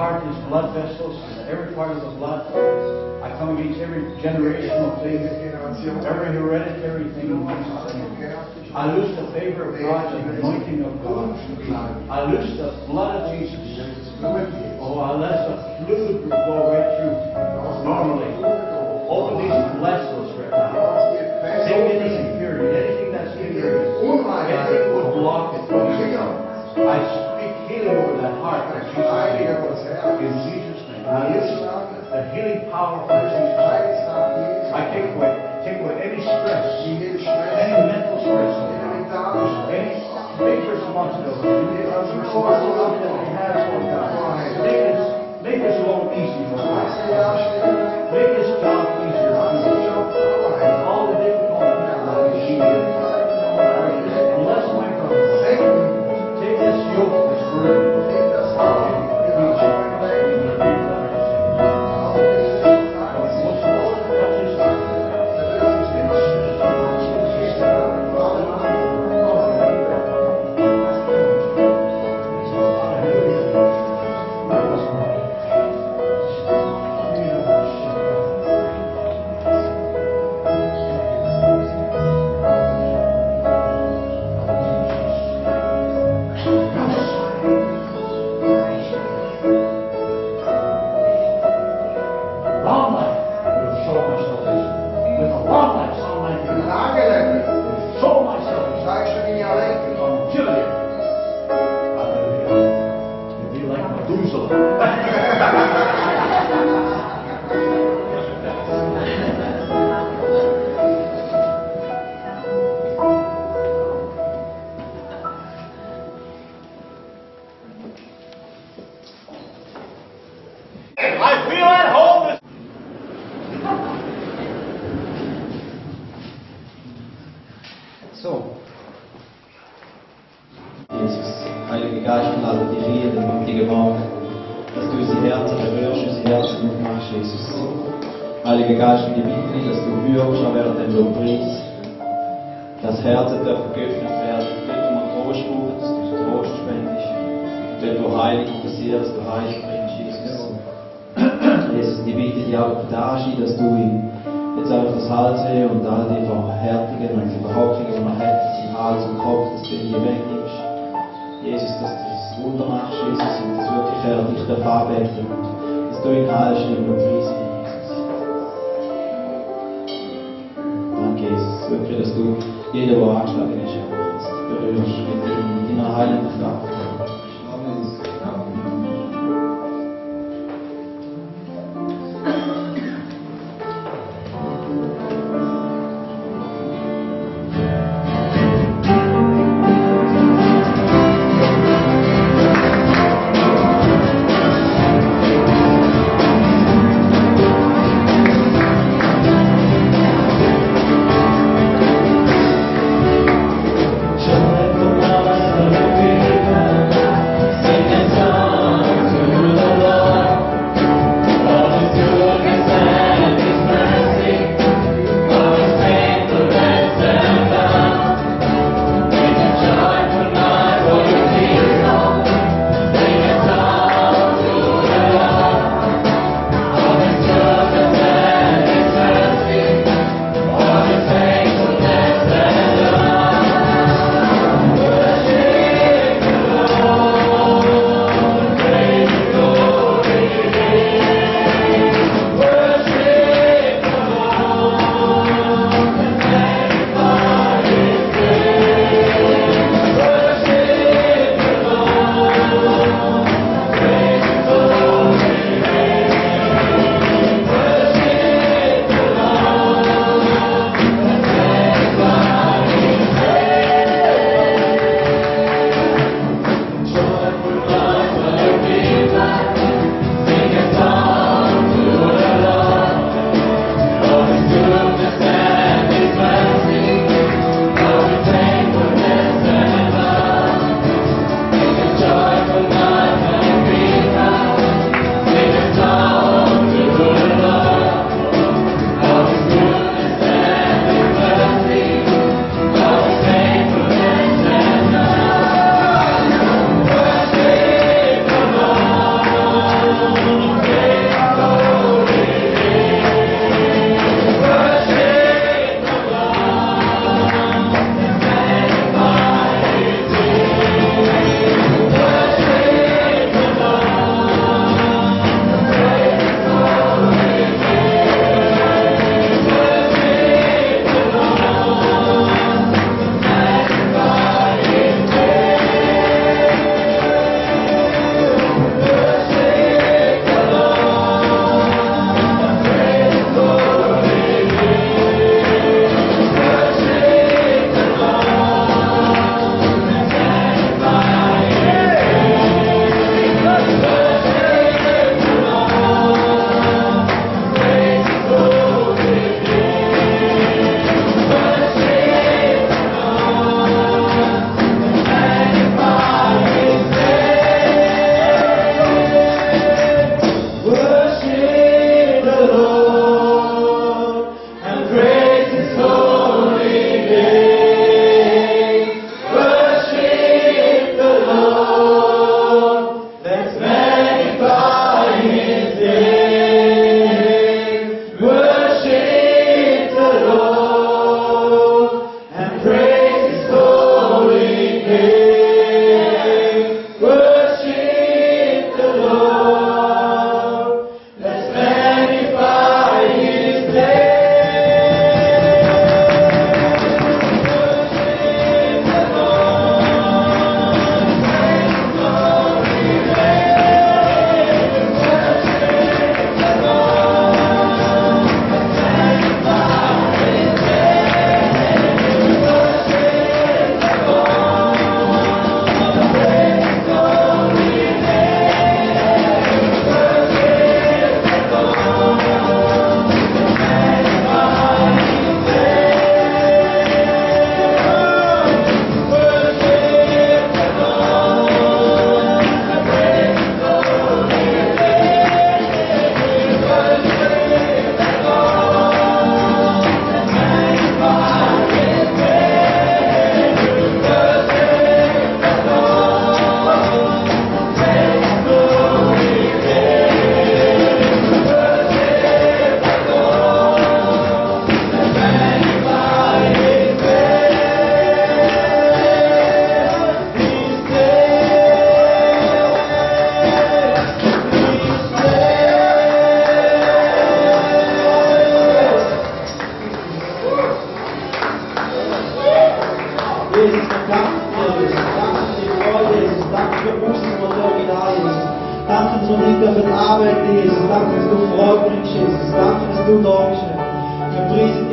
Speaker 1: Oh, blood vessels, and every part of the blood. I come against every generational thing, every hereditary thing. in Jesus' name. I lose the favor of God, and the anointing of God. I lose the blood of Jesus. Oh, unless the fluid will go right through normally. Open these vessels right now. Take any impurity, anything that's impure, anything would block it from you. I speak healing over that heart in Jesus' name. In Jesus' name. I use the healing power of Jesus. I take away, take away any stress, any mental stress, any big responsibility. Responsibility that we have, Lord God. Make this, make this load easy, Lord God. Make this job easier for us. All the difficulties in Jesus' name. Bless my brother. Take this yoke, this burden. Long life, will show my salvation. With a long life, shall my name. Show my salvation. Longevity. Hallelujah. You'll be like Methuselah. I feel at home.
Speaker 9: So. Jesus, Heiliger Geist, und alle die Reden und die Gewalt, dass du unsere Herzen berührst, unsere Herzen aufmachst, Jesus. Heiliger Geist, wir bitten dich, dass du wirkst, auch während dem Lobpreis. Das Herzen darf geöffnet werden, dort wo man Trost braucht, dass du Trost spendest. Dort wo Heilung passiert, dass du Heil bringst, Jesus. Jesus, ich bitte dich auch für Dashi, dass du ihm jetzt auch das Halsweh und all die Verhärtungen und Verhoffnungen, die man hat, im Hals und Kopf, dass du die wegnimmst. Jesus, dass du das Wunder machst, Jesus, und dass wirklich er dich darf anbeten und dass du ihn heilst und preisen, Jesus. Danke, Jesus, wirklich, dass du jeder, der angeschlagen ist, auch jetzt berührst mit deinem- deiner heilenden Kraft. Yo me tomaba hasta lo que iba du da bist, Herr. Wir preisen